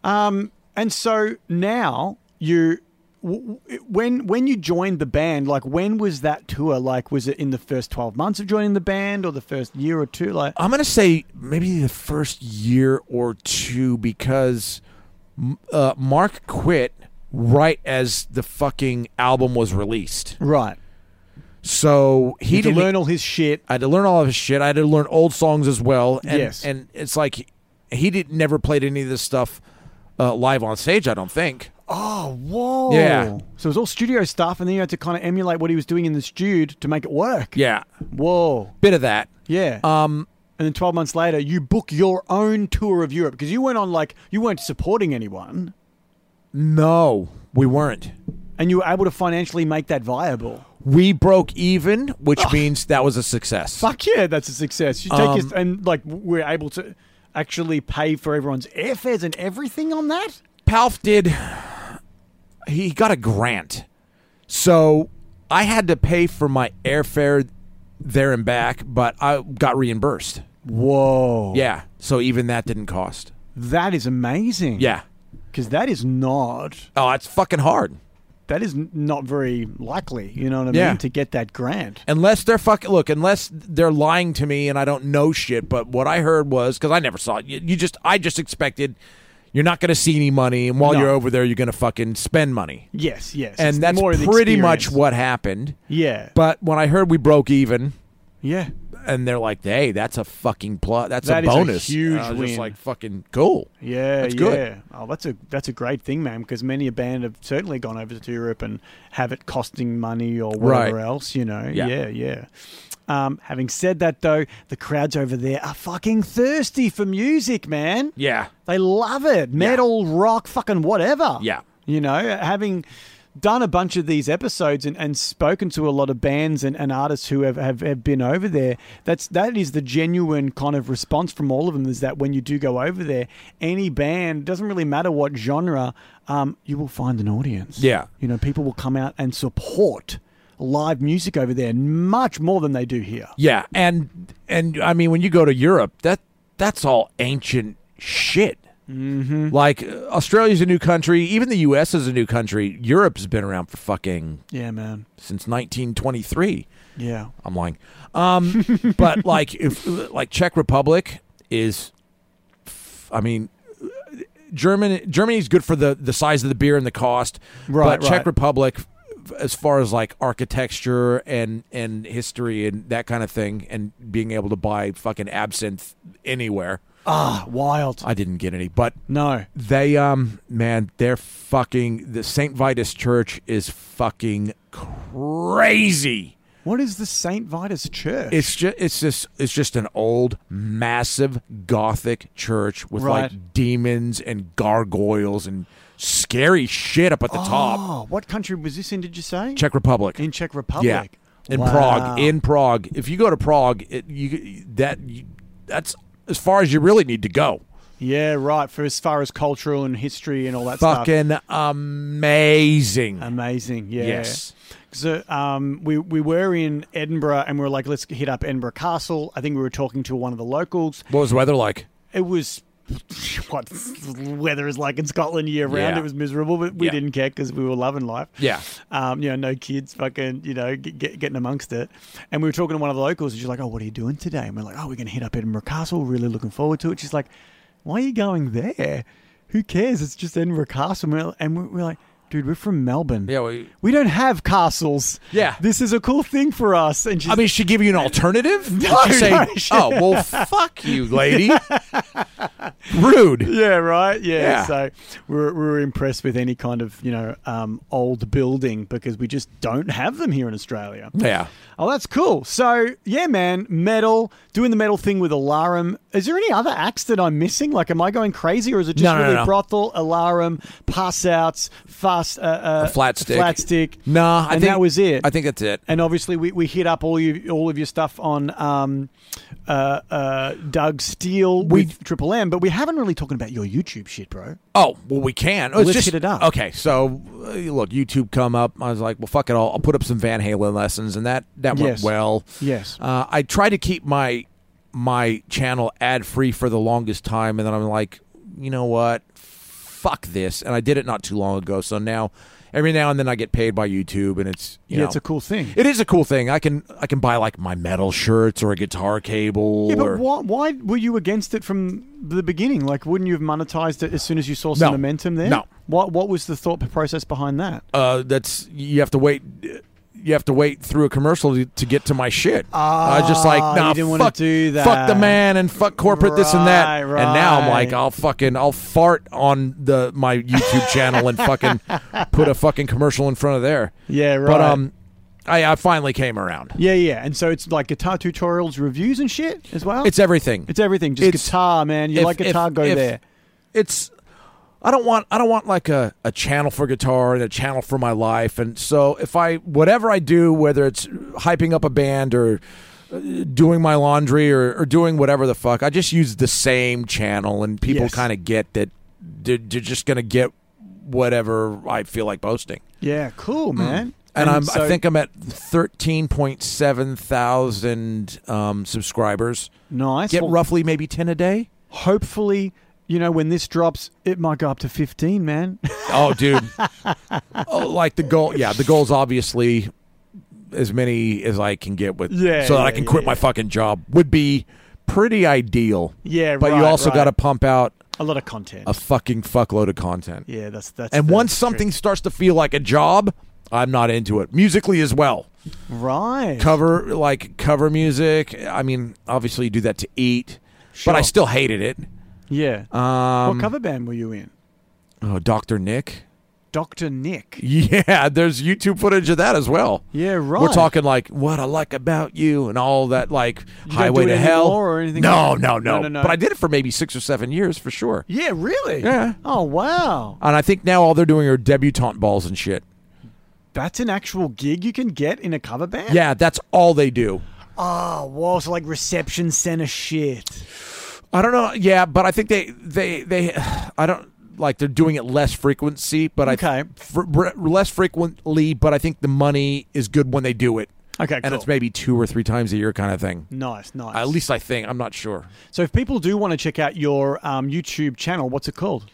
Speaker 2: Um, and so now you, w- w- when when you joined the band, like when was that tour? Like, was it in the first twelve months of joining the band, or the first year or two? Like,
Speaker 7: I'm gonna say maybe the first year or two because m- uh, Mark quit right as the fucking album was released.
Speaker 2: right?
Speaker 7: So he
Speaker 2: He to
Speaker 7: didn't e,
Speaker 2: learn all his shit.
Speaker 7: I had to learn all of his shit. I had to learn old songs as well. And,
Speaker 2: Yes.
Speaker 7: and it's like he- he did never played any of this stuff uh, live on stage. I don't think.
Speaker 2: Oh, whoa!
Speaker 7: Yeah.
Speaker 2: So it was all studio stuff, and then you had to kind of emulate what he was doing in the studio to make it work.
Speaker 7: Yeah,
Speaker 2: Whoa. Uh,
Speaker 7: bit of that.
Speaker 2: Yeah.
Speaker 7: Um,
Speaker 2: and then twelve months later, you book your own tour of Europe because you went on like you weren't supporting anyone,
Speaker 7: no, we weren't.
Speaker 2: and you were able to financially make that viable.
Speaker 7: We broke even, which means that was a success.
Speaker 2: Fuck yeah, that's a success. You take
Speaker 7: Um,
Speaker 2: your, and like we're able to actually pay for everyone's airfares and everything on that.
Speaker 7: Palf did. He got a grant, so I had to pay for my airfare there and back, but I got reimbursed.
Speaker 2: Whoa.
Speaker 7: Yeah, so even that didn't cost.
Speaker 2: That is amazing.
Speaker 7: Yeah.
Speaker 2: Because that is not
Speaker 7: Oh, it's fucking hard.
Speaker 2: that is n- not very likely. You know what I
Speaker 7: Yeah.
Speaker 2: mean? To get that grant.
Speaker 7: Unless they're fucking look, unless they're lying to me and I don't know shit. But what I heard was because I never saw it. You, you just, I just expected you're not going to see any money, and while
Speaker 2: No.
Speaker 7: you're over there, you're going to fucking spend money,
Speaker 2: Yes, yes. It's
Speaker 7: and that's
Speaker 2: more the
Speaker 7: pretty much
Speaker 2: experience.
Speaker 7: what happened.
Speaker 2: Yeah,
Speaker 7: But when I heard we broke even,
Speaker 2: yeah.
Speaker 7: and they're like, "Hey, that's a fucking plus. That's
Speaker 2: That
Speaker 7: a
Speaker 2: is a
Speaker 7: bonus.
Speaker 2: huge
Speaker 7: And I was
Speaker 2: win.
Speaker 7: Just like fucking cool.
Speaker 2: Yeah,
Speaker 7: That's
Speaker 2: yeah.
Speaker 7: good.
Speaker 2: Oh, that's a that's a great thing, man. Because many a band have certainly gone over to Europe and have it costing money or whatever
Speaker 7: Right.
Speaker 2: else. You know.
Speaker 7: Yeah.
Speaker 2: yeah. yeah. Um, having said that, though, the crowds over there are fucking thirsty for music, man.
Speaker 7: Yeah,
Speaker 2: They love it. Metal, rock, fucking whatever.
Speaker 7: Yeah.
Speaker 2: You know, having done a bunch of these episodes and, and spoken to a lot of bands and, and artists who have, have, have been over there, that's that is the genuine kind of response from all of them is that when you do go over there, any band, doesn't really matter what genre, um, you will find an audience.
Speaker 7: Yeah.
Speaker 2: You know, people will come out and support live music over there much more than they do here.
Speaker 7: yeah. And and I mean, when you go to Europe, that that's all ancient shit. Mm-hmm. Like uh, Australia's a new country. Even the U.S. is a new country. Europe's been around for fucking
Speaker 2: Yeah, man.
Speaker 7: since 1923.
Speaker 2: Yeah.
Speaker 7: I'm lying. Um, but like if like Czech Republic is, I mean, German Germany's good for the the size of the beer and the cost.
Speaker 2: Right,
Speaker 7: But Czech
Speaker 2: right.
Speaker 7: Republic, as far as like architecture and and history and that kind of thing, and being able to buy fucking absinthe anywhere,
Speaker 2: Ah, wild.
Speaker 7: I didn't get any, but.
Speaker 2: no.
Speaker 7: They um man, they're fucking the St. Vitus Church is fucking crazy.
Speaker 2: What is the St. Vitus Church?
Speaker 7: It's just it's just it's just an old massive gothic church with
Speaker 2: Right.
Speaker 7: like demons and gargoyles and scary shit up at the top.
Speaker 2: Oh, what country was this in? Did you say?
Speaker 7: Czech Republic.
Speaker 2: in Czech
Speaker 7: yeah.
Speaker 2: Republic.
Speaker 7: In
Speaker 2: Wow.
Speaker 7: Prague, in Prague. If you go to Prague, it, you that you, that's as far as you really need to go.
Speaker 2: yeah, right. For as far as cultural and history and all that stuff,
Speaker 7: Fucking amazing.
Speaker 2: amazing. Yeah.
Speaker 7: Yes.
Speaker 2: So um, we we were in Edinburgh and we were like, let's hit up Edinburgh Castle. I think we were talking to one of the locals.
Speaker 7: What was the weather like?
Speaker 2: It was what weather is like in Scotland year round.
Speaker 7: Yeah.
Speaker 2: It was miserable, but we
Speaker 7: Yeah.
Speaker 2: didn't care because we were loving life.
Speaker 7: Yeah.
Speaker 2: um, you know, no kids, fucking, you know, get, get, getting amongst it. And we were talking to one of the locals, and she's like, "Oh, what are you doing today?" And we're like, "Oh, we're gonna hit up Edinburgh Castle. Really looking forward to it." She's like, "Why are you going there? Who cares? It's just Edinburgh Castle." And we're, and we're, we're like, "Dude, we're from Melbourne.
Speaker 7: Yeah, we-
Speaker 2: we don't have castles.
Speaker 7: Yeah.
Speaker 2: this is a cool thing for us." And she's
Speaker 7: I mean, she give you an alternative?
Speaker 2: No,
Speaker 7: She say,
Speaker 2: no, she-
Speaker 7: oh well, fuck you, lady. Rude.
Speaker 2: Yeah, right. Yeah.
Speaker 7: Yeah.
Speaker 2: So we were, we were impressed with any kind of, you know, um, old building because we just don't have them here in Australia.
Speaker 7: Yeah.
Speaker 2: Oh, that's cool. So, yeah, man, metal, doing the metal thing with Alarum. Is there any other acts that I'm missing? Like, am I going crazy or is it just
Speaker 7: No, no,
Speaker 2: really
Speaker 7: no.
Speaker 2: brothel, Alarum, pass outs, fast, uh, uh,
Speaker 7: flat stick.
Speaker 2: Flat stick.
Speaker 7: Nah, I
Speaker 2: and
Speaker 7: think
Speaker 2: that was it.
Speaker 7: I think that's it.
Speaker 2: And obviously, we, we hit up all you all of your stuff on um, uh, uh, Doug Steele
Speaker 7: We-
Speaker 2: with Triple M, but we haven't really talking about your YouTube shit, bro.
Speaker 7: Oh well, we can. Oh, it's
Speaker 2: Let's
Speaker 7: just-
Speaker 2: hit it up.
Speaker 7: Okay, so uh, look, YouTube come up. I was like, well, fuck it, I'll, I'll put up some Van Halen lessons, and that that went
Speaker 2: Yes.
Speaker 7: well.
Speaker 2: Yes.
Speaker 7: Uh, I tried to keep my my channel ad free for the longest time, and then I'm like, you know what? Fuck this, and I did it not too long ago. So now, every now and then, I get paid by YouTube, and it's you
Speaker 2: yeah,
Speaker 7: know,
Speaker 2: it's a cool thing.
Speaker 7: It is a cool thing. I can I can buy like my metal shirts or a guitar cable.
Speaker 2: yeah,
Speaker 7: or,
Speaker 2: but why, why were you against it from the beginning? Like, wouldn't you have monetized it as soon as you saw some
Speaker 7: No.
Speaker 2: momentum there?
Speaker 7: No.
Speaker 2: What What was the thought process behind that?
Speaker 7: uh, that's you have to wait. You have to wait through a commercial to, to get to my shit. I was just like,
Speaker 2: Ah,
Speaker 7: nah,
Speaker 2: you didn't wanna
Speaker 7: fuck,
Speaker 2: do that.
Speaker 7: fuck the man and fuck corporate this and that.
Speaker 2: Right,
Speaker 7: And now I'm like,
Speaker 2: right.
Speaker 7: I'll fucking, I'll fart on the my YouTube channel and fucking put a fucking commercial in front of there.
Speaker 2: Yeah, right.
Speaker 7: But um, I, I finally came around.
Speaker 2: yeah, yeah. And so it's like guitar tutorials, reviews, and shit as well.
Speaker 7: It's everything.
Speaker 2: it's everything. Just
Speaker 7: it's-
Speaker 2: guitar, man. You
Speaker 7: if-
Speaker 2: like guitar?
Speaker 7: if-
Speaker 2: go
Speaker 7: if-
Speaker 2: there.
Speaker 7: it's I don't want I don't want like a, a channel for guitar and a channel for my life and so if I whatever I do whether it's hyping up a band or uh, doing my laundry or, or doing whatever the fuck I just use the same channel and people
Speaker 2: Yes.
Speaker 7: kind of get that they're, they're just gonna get whatever I feel like posting
Speaker 2: Yeah, cool, man.
Speaker 7: Hmm. and, I'm
Speaker 2: so-
Speaker 7: I think I'm at thirteen point seven thousand um, subscribers
Speaker 2: nice.
Speaker 7: get
Speaker 2: Well,
Speaker 7: roughly maybe ten a day
Speaker 2: hopefully you know, when this drops, it might go up to 15, man.
Speaker 7: Oh, dude. oh, like the goal. Yeah, the goal's obviously as many as I can get with.
Speaker 2: Yeah,
Speaker 7: So that I
Speaker 2: yeah,
Speaker 7: can quit
Speaker 2: yeah.
Speaker 7: my fucking job would be pretty ideal.
Speaker 2: Yeah,
Speaker 7: But you
Speaker 2: right,
Speaker 7: also
Speaker 2: right.
Speaker 7: got to pump out
Speaker 2: a lot of content.
Speaker 7: a fucking fuckload of content.
Speaker 2: yeah, that's that's.
Speaker 7: and
Speaker 2: the
Speaker 7: once something
Speaker 2: trick.
Speaker 7: starts to feel like a job, I'm not into it. Musically as well.
Speaker 2: right,
Speaker 7: Cover like cover music. I mean, obviously you do that to eat, but I
Speaker 2: Sure.
Speaker 7: still hated it.
Speaker 2: yeah.
Speaker 7: Um,
Speaker 2: what cover band were you in?
Speaker 7: Oh, Doctor Nick.
Speaker 2: Doctor Nick.
Speaker 7: Yeah, there's YouTube footage of that as well.
Speaker 2: Yeah, right.
Speaker 7: We're talking like what I like about you and all that, like
Speaker 2: don't
Speaker 7: highway
Speaker 2: do it
Speaker 7: to hell
Speaker 2: anymore or anything
Speaker 7: No,
Speaker 2: like that?
Speaker 7: no, no,
Speaker 2: No, no, no.
Speaker 7: But I did it for maybe six or seven years for sure.
Speaker 2: Yeah, really.
Speaker 7: Yeah.
Speaker 2: Oh wow,
Speaker 7: And I think now all they're doing are debutante balls and shit.
Speaker 2: that's an actual gig you can get in a cover band.
Speaker 7: Yeah, that's all they do.
Speaker 2: Oh wow, so like reception center shit.
Speaker 7: I don't know. Yeah, but I think they they they I don't like they're doing it less frequency, but I
Speaker 2: Okay.
Speaker 7: fr- br- less frequently, but I think the money is good when they do it.
Speaker 2: Okay,
Speaker 7: And
Speaker 2: cool.
Speaker 7: it's maybe two or three times a year kind of thing.
Speaker 2: Nice, nice.
Speaker 7: At least I think. I'm not sure.
Speaker 2: So if people do want to check out your um, YouTube channel, what's it called?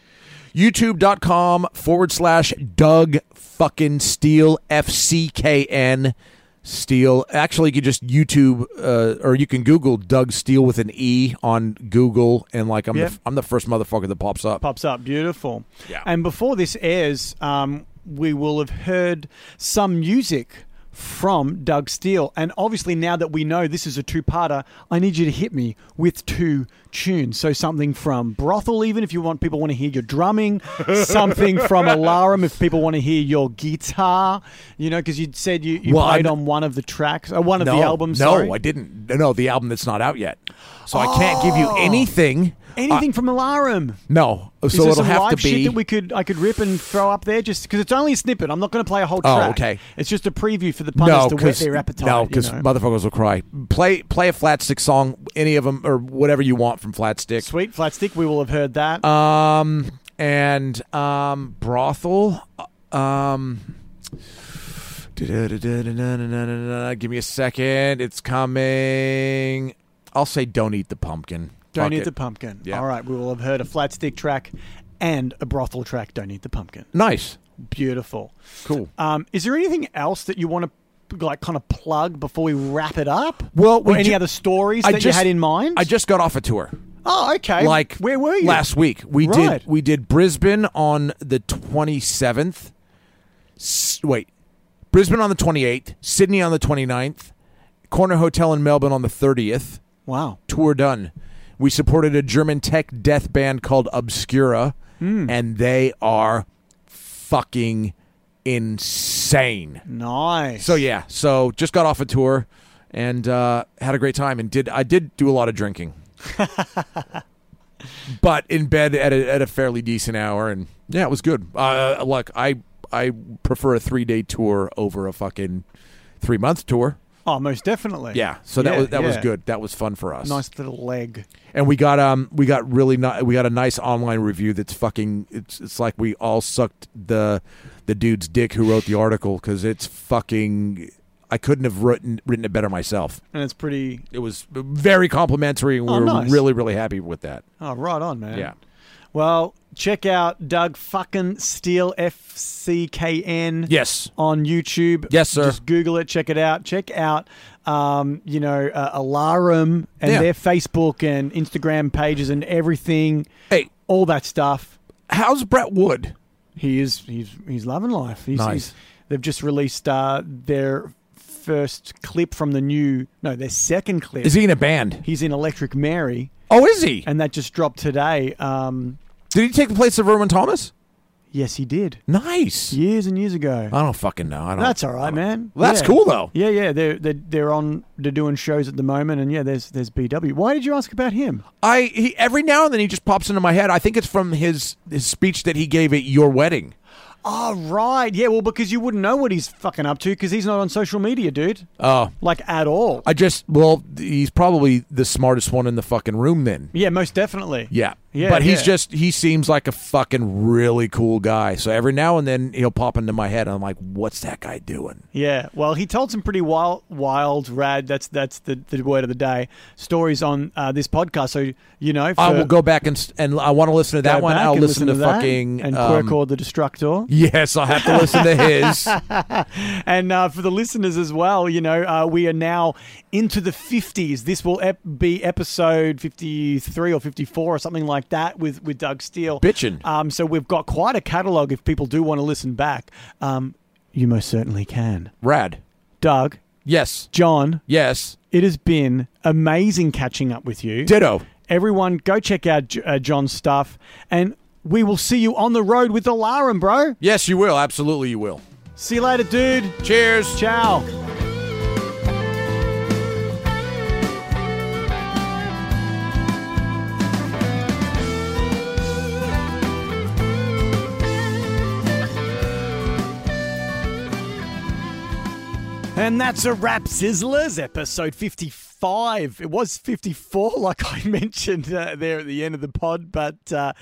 Speaker 7: youtube.com forward slash Doug fucking Steele, F C K N Steele. Actually, you could just YouTube uh, or you can Google Doug Steele with an E on Google, and like I'm,
Speaker 2: Yep.
Speaker 7: the, I'm the first motherfucker that pops up.
Speaker 2: pops up. Beautiful.
Speaker 7: Yeah.
Speaker 2: And before this airs, um, we will have heard some music from Doug Steele. And obviously, now that we know this is a two parter, I need you to hit me with two tunes. So, something from Brothel, even if you want people want to hear your drumming, something from Alarum, if people want to hear your guitar, you know, because you said you, you
Speaker 7: Well,
Speaker 2: played
Speaker 7: I'm-
Speaker 2: on one of the tracks, uh, one of
Speaker 7: no,
Speaker 2: the albums.
Speaker 7: no,
Speaker 2: sorry.
Speaker 7: I didn't. No, the album that's not out yet. So I can't give you anything.
Speaker 2: Oh. Anything
Speaker 7: I-
Speaker 2: from Alarum.
Speaker 7: no. So
Speaker 2: Is there
Speaker 7: it'll
Speaker 2: some
Speaker 7: have
Speaker 2: live
Speaker 7: to be.
Speaker 2: shit that we could I could rip and throw up there just because it's only a snippet. I'm not going to play a whole
Speaker 7: Oh,
Speaker 2: track.
Speaker 7: okay.
Speaker 2: It's just a preview for the punters to whet
Speaker 7: 'cause-
Speaker 2: their appetite.
Speaker 7: No,
Speaker 2: you
Speaker 7: because
Speaker 2: know.
Speaker 7: motherfuckers will cry. Play play a Flatstick song, any of them or whatever you want from Flatstick.
Speaker 2: sweet flat stick. We will have heard that.
Speaker 7: Um, and um, brothel. uh, Um, give me a second. It's coming. I'll say, don't eat the pumpkin.
Speaker 2: Don't
Speaker 7: Fuck
Speaker 2: eat
Speaker 7: it.
Speaker 2: the pumpkin.
Speaker 7: Yeah.
Speaker 2: All right, we will have heard a flat stick track and a brothel track. Don't eat the pumpkin.
Speaker 7: Nice,
Speaker 2: Beautiful.
Speaker 7: cool.
Speaker 2: Um, is there anything else that you want to like kind of plug before we wrap it up?
Speaker 7: Well,
Speaker 2: or
Speaker 7: we
Speaker 2: any
Speaker 7: ju-
Speaker 2: other stories that you had in mind?
Speaker 7: I just got off a tour.
Speaker 2: oh, okay.
Speaker 7: Like
Speaker 2: where were you
Speaker 7: last week? We
Speaker 2: Right.
Speaker 7: did we did Brisbane on the twenty seventh. Wait, Brisbane on the twenty eighth, Sydney on the 29th, Corner Hotel in Melbourne on the thirtieth.
Speaker 2: Wow.
Speaker 7: tour done. We supported a German tech death band called Obscura,
Speaker 2: Hmm.
Speaker 7: and they are fucking insane.
Speaker 2: Nice.
Speaker 7: So yeah, so just got off a tour and uh, had a great time, and did I did do a lot of drinking, but in bed at a, at a fairly decent hour, and yeah, it was good. Uh, look, I I prefer a three day tour over a fucking three month tour.
Speaker 2: Oh, most definitely.
Speaker 7: Yeah, so that
Speaker 2: Yeah,
Speaker 7: was that was
Speaker 2: yeah.
Speaker 7: good. That was fun for us
Speaker 2: Nice little leg.
Speaker 7: and we got um we got really ni- we got a nice online review that's fucking it's it's like we all sucked the the dude's dick who wrote the article because it's fucking I couldn't have written written it better myself.
Speaker 2: and it's pretty.
Speaker 7: It was very complimentary, and we
Speaker 2: Oh,
Speaker 7: were
Speaker 2: nice.
Speaker 7: really really happy with that.
Speaker 2: Oh, right on, man.
Speaker 7: Yeah.
Speaker 2: Well, check out Doug fucking Steele F C K N.
Speaker 7: Yes.
Speaker 2: On YouTube.
Speaker 7: Yes, sir.
Speaker 2: Just Google it. Check it out. Check out, um, you know, uh, Alarum and
Speaker 7: Yeah.
Speaker 2: their Facebook and Instagram pages and everything.
Speaker 7: Hey,
Speaker 2: All that stuff.
Speaker 7: how's Brett Wood?
Speaker 2: He is. He's. He's loving life. He's,
Speaker 7: Nice.
Speaker 2: he's- they've just released uh, their first clip from the new. No, their second clip.
Speaker 7: Is he in a band?
Speaker 2: He's in Electric Mary,
Speaker 7: Oh, is he?
Speaker 2: and that just dropped today. Um,
Speaker 7: Did he take the place of Vernon Thomas?
Speaker 2: yes, he did.
Speaker 7: Nice.
Speaker 2: years and years ago.
Speaker 7: I don't fucking know. I don't.
Speaker 2: That's all right, man.
Speaker 7: Well, that's
Speaker 2: Yeah.
Speaker 7: cool though.
Speaker 2: Yeah, yeah, they're, they're they're on they're doing shows at the moment, and yeah, there's there's BW. Why did you ask about him?
Speaker 7: I he, every now and then he just pops into my head. I think it's from his his speech that he gave at your wedding.
Speaker 2: Oh, right. Yeah, well, because you wouldn't know what he's fucking up to because he's not on social media, dude.
Speaker 7: Oh.
Speaker 2: Like, at all.
Speaker 7: I just well, he's probably the smartest one in the fucking room then.
Speaker 2: yeah, most definitely.
Speaker 7: Yeah.
Speaker 2: Yeah,
Speaker 7: but he's
Speaker 2: yeah.
Speaker 7: just he seems like a fucking really cool guy. So every now and then he'll pop into my head and I'm like, what's that guy doing?
Speaker 2: Yeah, well, he told some pretty wild, wild, rad. That's that's the, the word of the day. Stories on uh, this podcast, so you know.
Speaker 7: I
Speaker 2: for-
Speaker 7: will go back and s- and I want to listen to that
Speaker 2: go
Speaker 7: one.
Speaker 2: back
Speaker 7: I'll
Speaker 2: and
Speaker 7: listen, to,
Speaker 2: that
Speaker 7: fucking
Speaker 2: and
Speaker 7: um,
Speaker 2: Quirk or the Destructor.
Speaker 7: Yes, I'll have to listen to his.
Speaker 2: And uh, for the listeners as well, you know, uh, we are now into the 50s. This will ep- be episode 53 or 54 or something like that with, with Doug Steele.
Speaker 7: Bitchin'.
Speaker 2: Um, so we've got quite a catalogue if people do want to listen back. Um, you most certainly can.
Speaker 7: Rad.
Speaker 2: Doug,
Speaker 7: Yes.
Speaker 2: John,
Speaker 7: Yes.
Speaker 2: it has been amazing catching up with you.
Speaker 7: Ditto.
Speaker 2: Everyone, go check out J- uh, John's stuff. And we will see you on the road with Alarum, bro.
Speaker 7: Yes, you will. Absolutely, you will.
Speaker 2: See you later, dude.
Speaker 7: Cheers.
Speaker 2: Ciao. And that's a wrap, Sizzlers, episode 55. It was 54, like I mentioned uh, there at the end of the pod, but uh,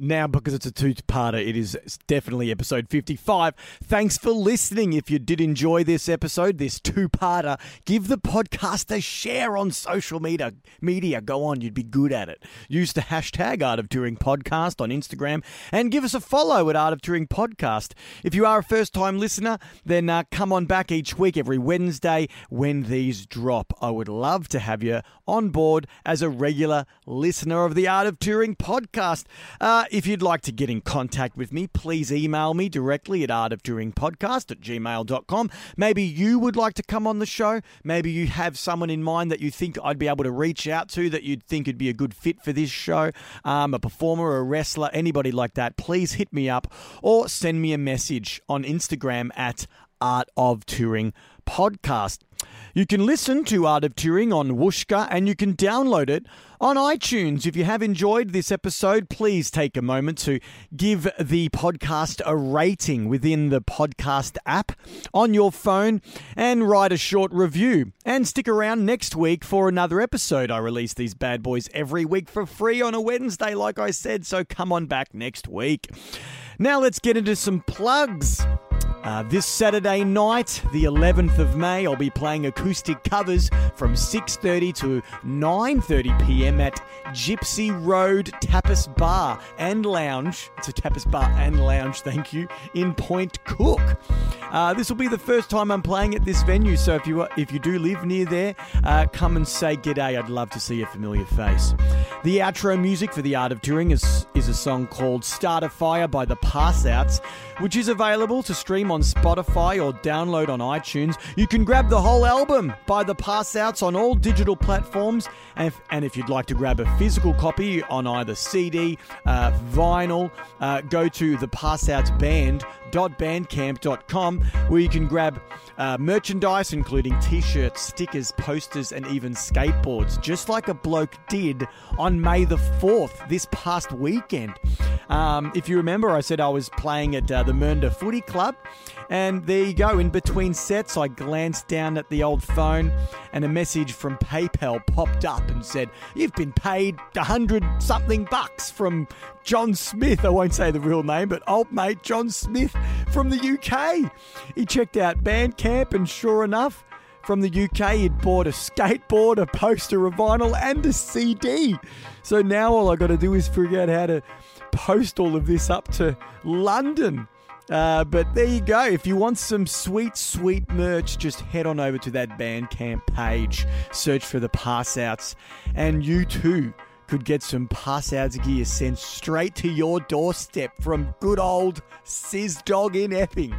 Speaker 2: now because it's a two parter, it is definitely episode 55. Thanks for listening. If you did enjoy this episode, this two parter, give the podcast a share on social media. media. Go on, you'd be good at it. Use the hashtag Art of Touring Podcast on Instagram and give us a follow at Art of Touring Podcast. If you are a first time listener, then uh, come on back each week, every Wednesday, when these drop. I would love to have you on board as a regular listener of the Art of Touring podcast. Uh, if you'd like to get in contact with me, please email me directly at artoftouringpodcast at gmail.com. Maybe you would like to come on the show. Maybe you have someone in mind that you think I'd be able to reach out to that you'd think would be a good fit for this show, um, a performer, a wrestler, anybody like that, please hit me up or send me a message on Instagram at Art of Touring Podcast. You can listen to Art of Touring on Wooshka and you can download it on iTunes. If you have enjoyed this episode, please take a moment to give the podcast a rating within the podcast app on your phone and write a short review. And stick around next week for another episode. I release these bad boys every week for free on a Wednesday, like I said, so come on back next week. Now let's get into some plugs. Uh, this Saturday night, the 11th of May, I'll be playing acoustic covers from 6:30 to 9:30 p.m. at Gypsy Road Tapas Bar and Lounge. It's a tapas bar and lounge, thank you, in Point Cook. Uh, this will be the first time I'm playing at this venue, so if you are, if you do live near there, uh, come and say g'day. I'd love to see a familiar face. The outro music for the Art of Touring is is a song called "Start a Fire" by the Passouts, which is available to stream on Spotify or download on iTunes. You can grab the whole album by the Passouts on all digital platforms, and if, and if you'd like to grab a physical copy on either CD, uh, vinyl, uh, go to the Passouts Band www.bandcamp.com, where you can grab uh, merchandise, including t shirts, stickers, posters, and even skateboards, just like a bloke did on May the 4th this past weekend. Um, if you remember, I said I was playing at uh, the Mernda Footy Club, and there you go. In between sets, I glanced down at the old phone, and a message from PayPal popped up and said, You've been paid a hundred something bucks from John Smith. I won't say the real name, but old mate John Smith from the UK. He checked out Bandcamp, and sure enough, from the UK, he'd bought a skateboard, a poster, a vinyl, and a CD. So now all I got to do is figure out how to post all of this up to London. Uh, but there you go. If you want some sweet, sweet merch, just head on over to that Bandcamp page, search for the Passouts, and you too could get some Passouts gear sent straight to your doorstep from good old Sizz Dog in Epping.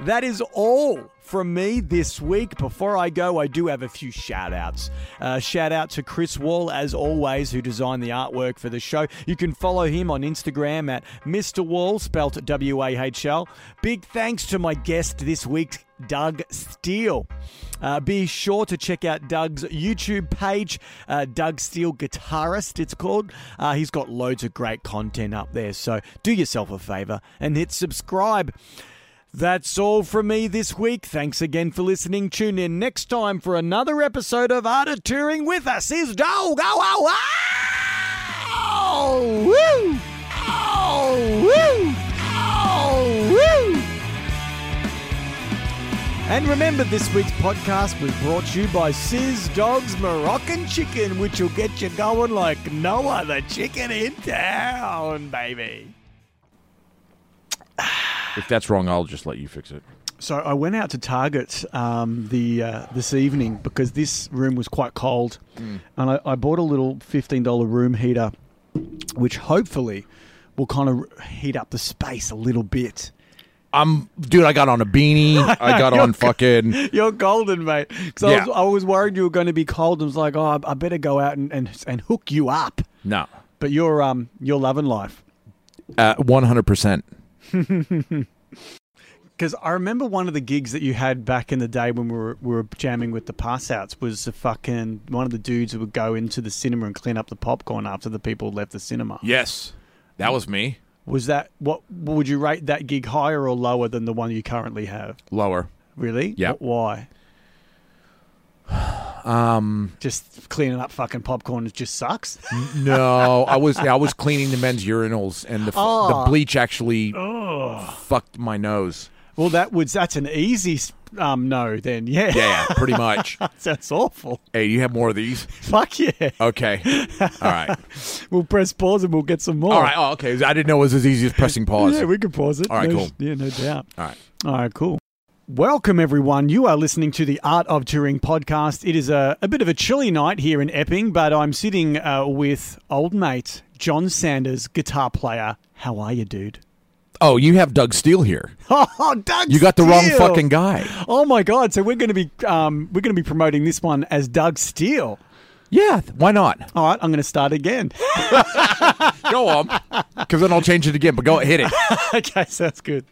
Speaker 2: That is all from me this week. Before I go, I do have a few shout outs. Uh, shout out to Chris Wall, as always, who designed the artwork for the show. You can follow him on Instagram at Mr. Wall, spelt W A H L. Big thanks to my guest this week, Doug Steele. Uh, be sure to check out Doug's YouTube page, uh, Doug Steele Guitarist, it's called. Uh, he's got loads of great content up there, so do yourself a favor and hit subscribe. That's all from me this week. Thanks again for listening. Tune in next time for another episode of Art of Touring with us is Dog. Oh, oh, oh! Woo! Oh, woo! Oh, woo! And remember, this week's podcast was brought to you by Sis Dog's Moroccan Chicken, which will get you going like no other chicken in town, baby.
Speaker 7: If that's wrong, I'll just let you fix it.
Speaker 2: So I went out to Target um, the uh, this evening because this room was quite cold, and I, I bought a little fifteen dollar room heater, which hopefully will kind of heat up the space a little bit.
Speaker 7: I'm, dude. I got on a beanie. I got on fucking.
Speaker 2: You're golden, mate. Because I,
Speaker 7: Yeah.
Speaker 2: was, I was worried you were going to be cold. and was like, oh, I- I better go out and, and, and hook you up.
Speaker 7: No,
Speaker 2: But you're um you're loving life.
Speaker 7: one hundred percent.
Speaker 2: Because I remember one of the gigs that you had back in the day when we were, we were jamming with the passouts was the fucking one of the dudes who would go into the cinema and clean up the popcorn after the people left the cinema.
Speaker 7: Yes, that was me.
Speaker 2: Was that what would you rate that gig higher or lower than the one you currently have?
Speaker 7: Lower.
Speaker 2: Really?
Speaker 7: Yeah.
Speaker 2: Wh- Why? Um, just cleaning up fucking popcorn just sucks.
Speaker 7: No, I was I was cleaning the men's urinals, and the, f
Speaker 2: Oh.
Speaker 7: the bleach actually fucked my nose.
Speaker 2: Well, that would that's an easy s- um no then. Yeah,
Speaker 7: Yeah, pretty much.
Speaker 2: that's awful.
Speaker 7: hey, you have more of these?
Speaker 2: Fuck yeah.
Speaker 7: Okay. All right.
Speaker 2: We'll press pause and we'll get some more.
Speaker 7: All right. Oh, okay. I didn't know it was as easy as pressing pause.
Speaker 2: Yeah, we can pause it.
Speaker 7: All right,
Speaker 2: No
Speaker 7: cool.
Speaker 2: sh- Yeah, no doubt.
Speaker 7: All right.
Speaker 2: All right, cool. Welcome, everyone. You are listening to the Art of Touring podcast. It is a, a bit of a chilly night here in Epping, but I'm sitting uh, with old mate John Sanders, guitar player. How are you, dude?
Speaker 7: Oh, you have Doug Steele here.
Speaker 2: Oh, Doug!
Speaker 7: You got the wrong
Speaker 2: Steele.
Speaker 7: fucking guy.
Speaker 2: Oh my god! So we're going to be um, we're going to be promoting this one as Doug Steele.
Speaker 7: Yeah. th- Why not?
Speaker 2: All right, I'm going to start again.
Speaker 7: Go on. Because then I'll change it again. But go hit it.
Speaker 2: okay, sounds good.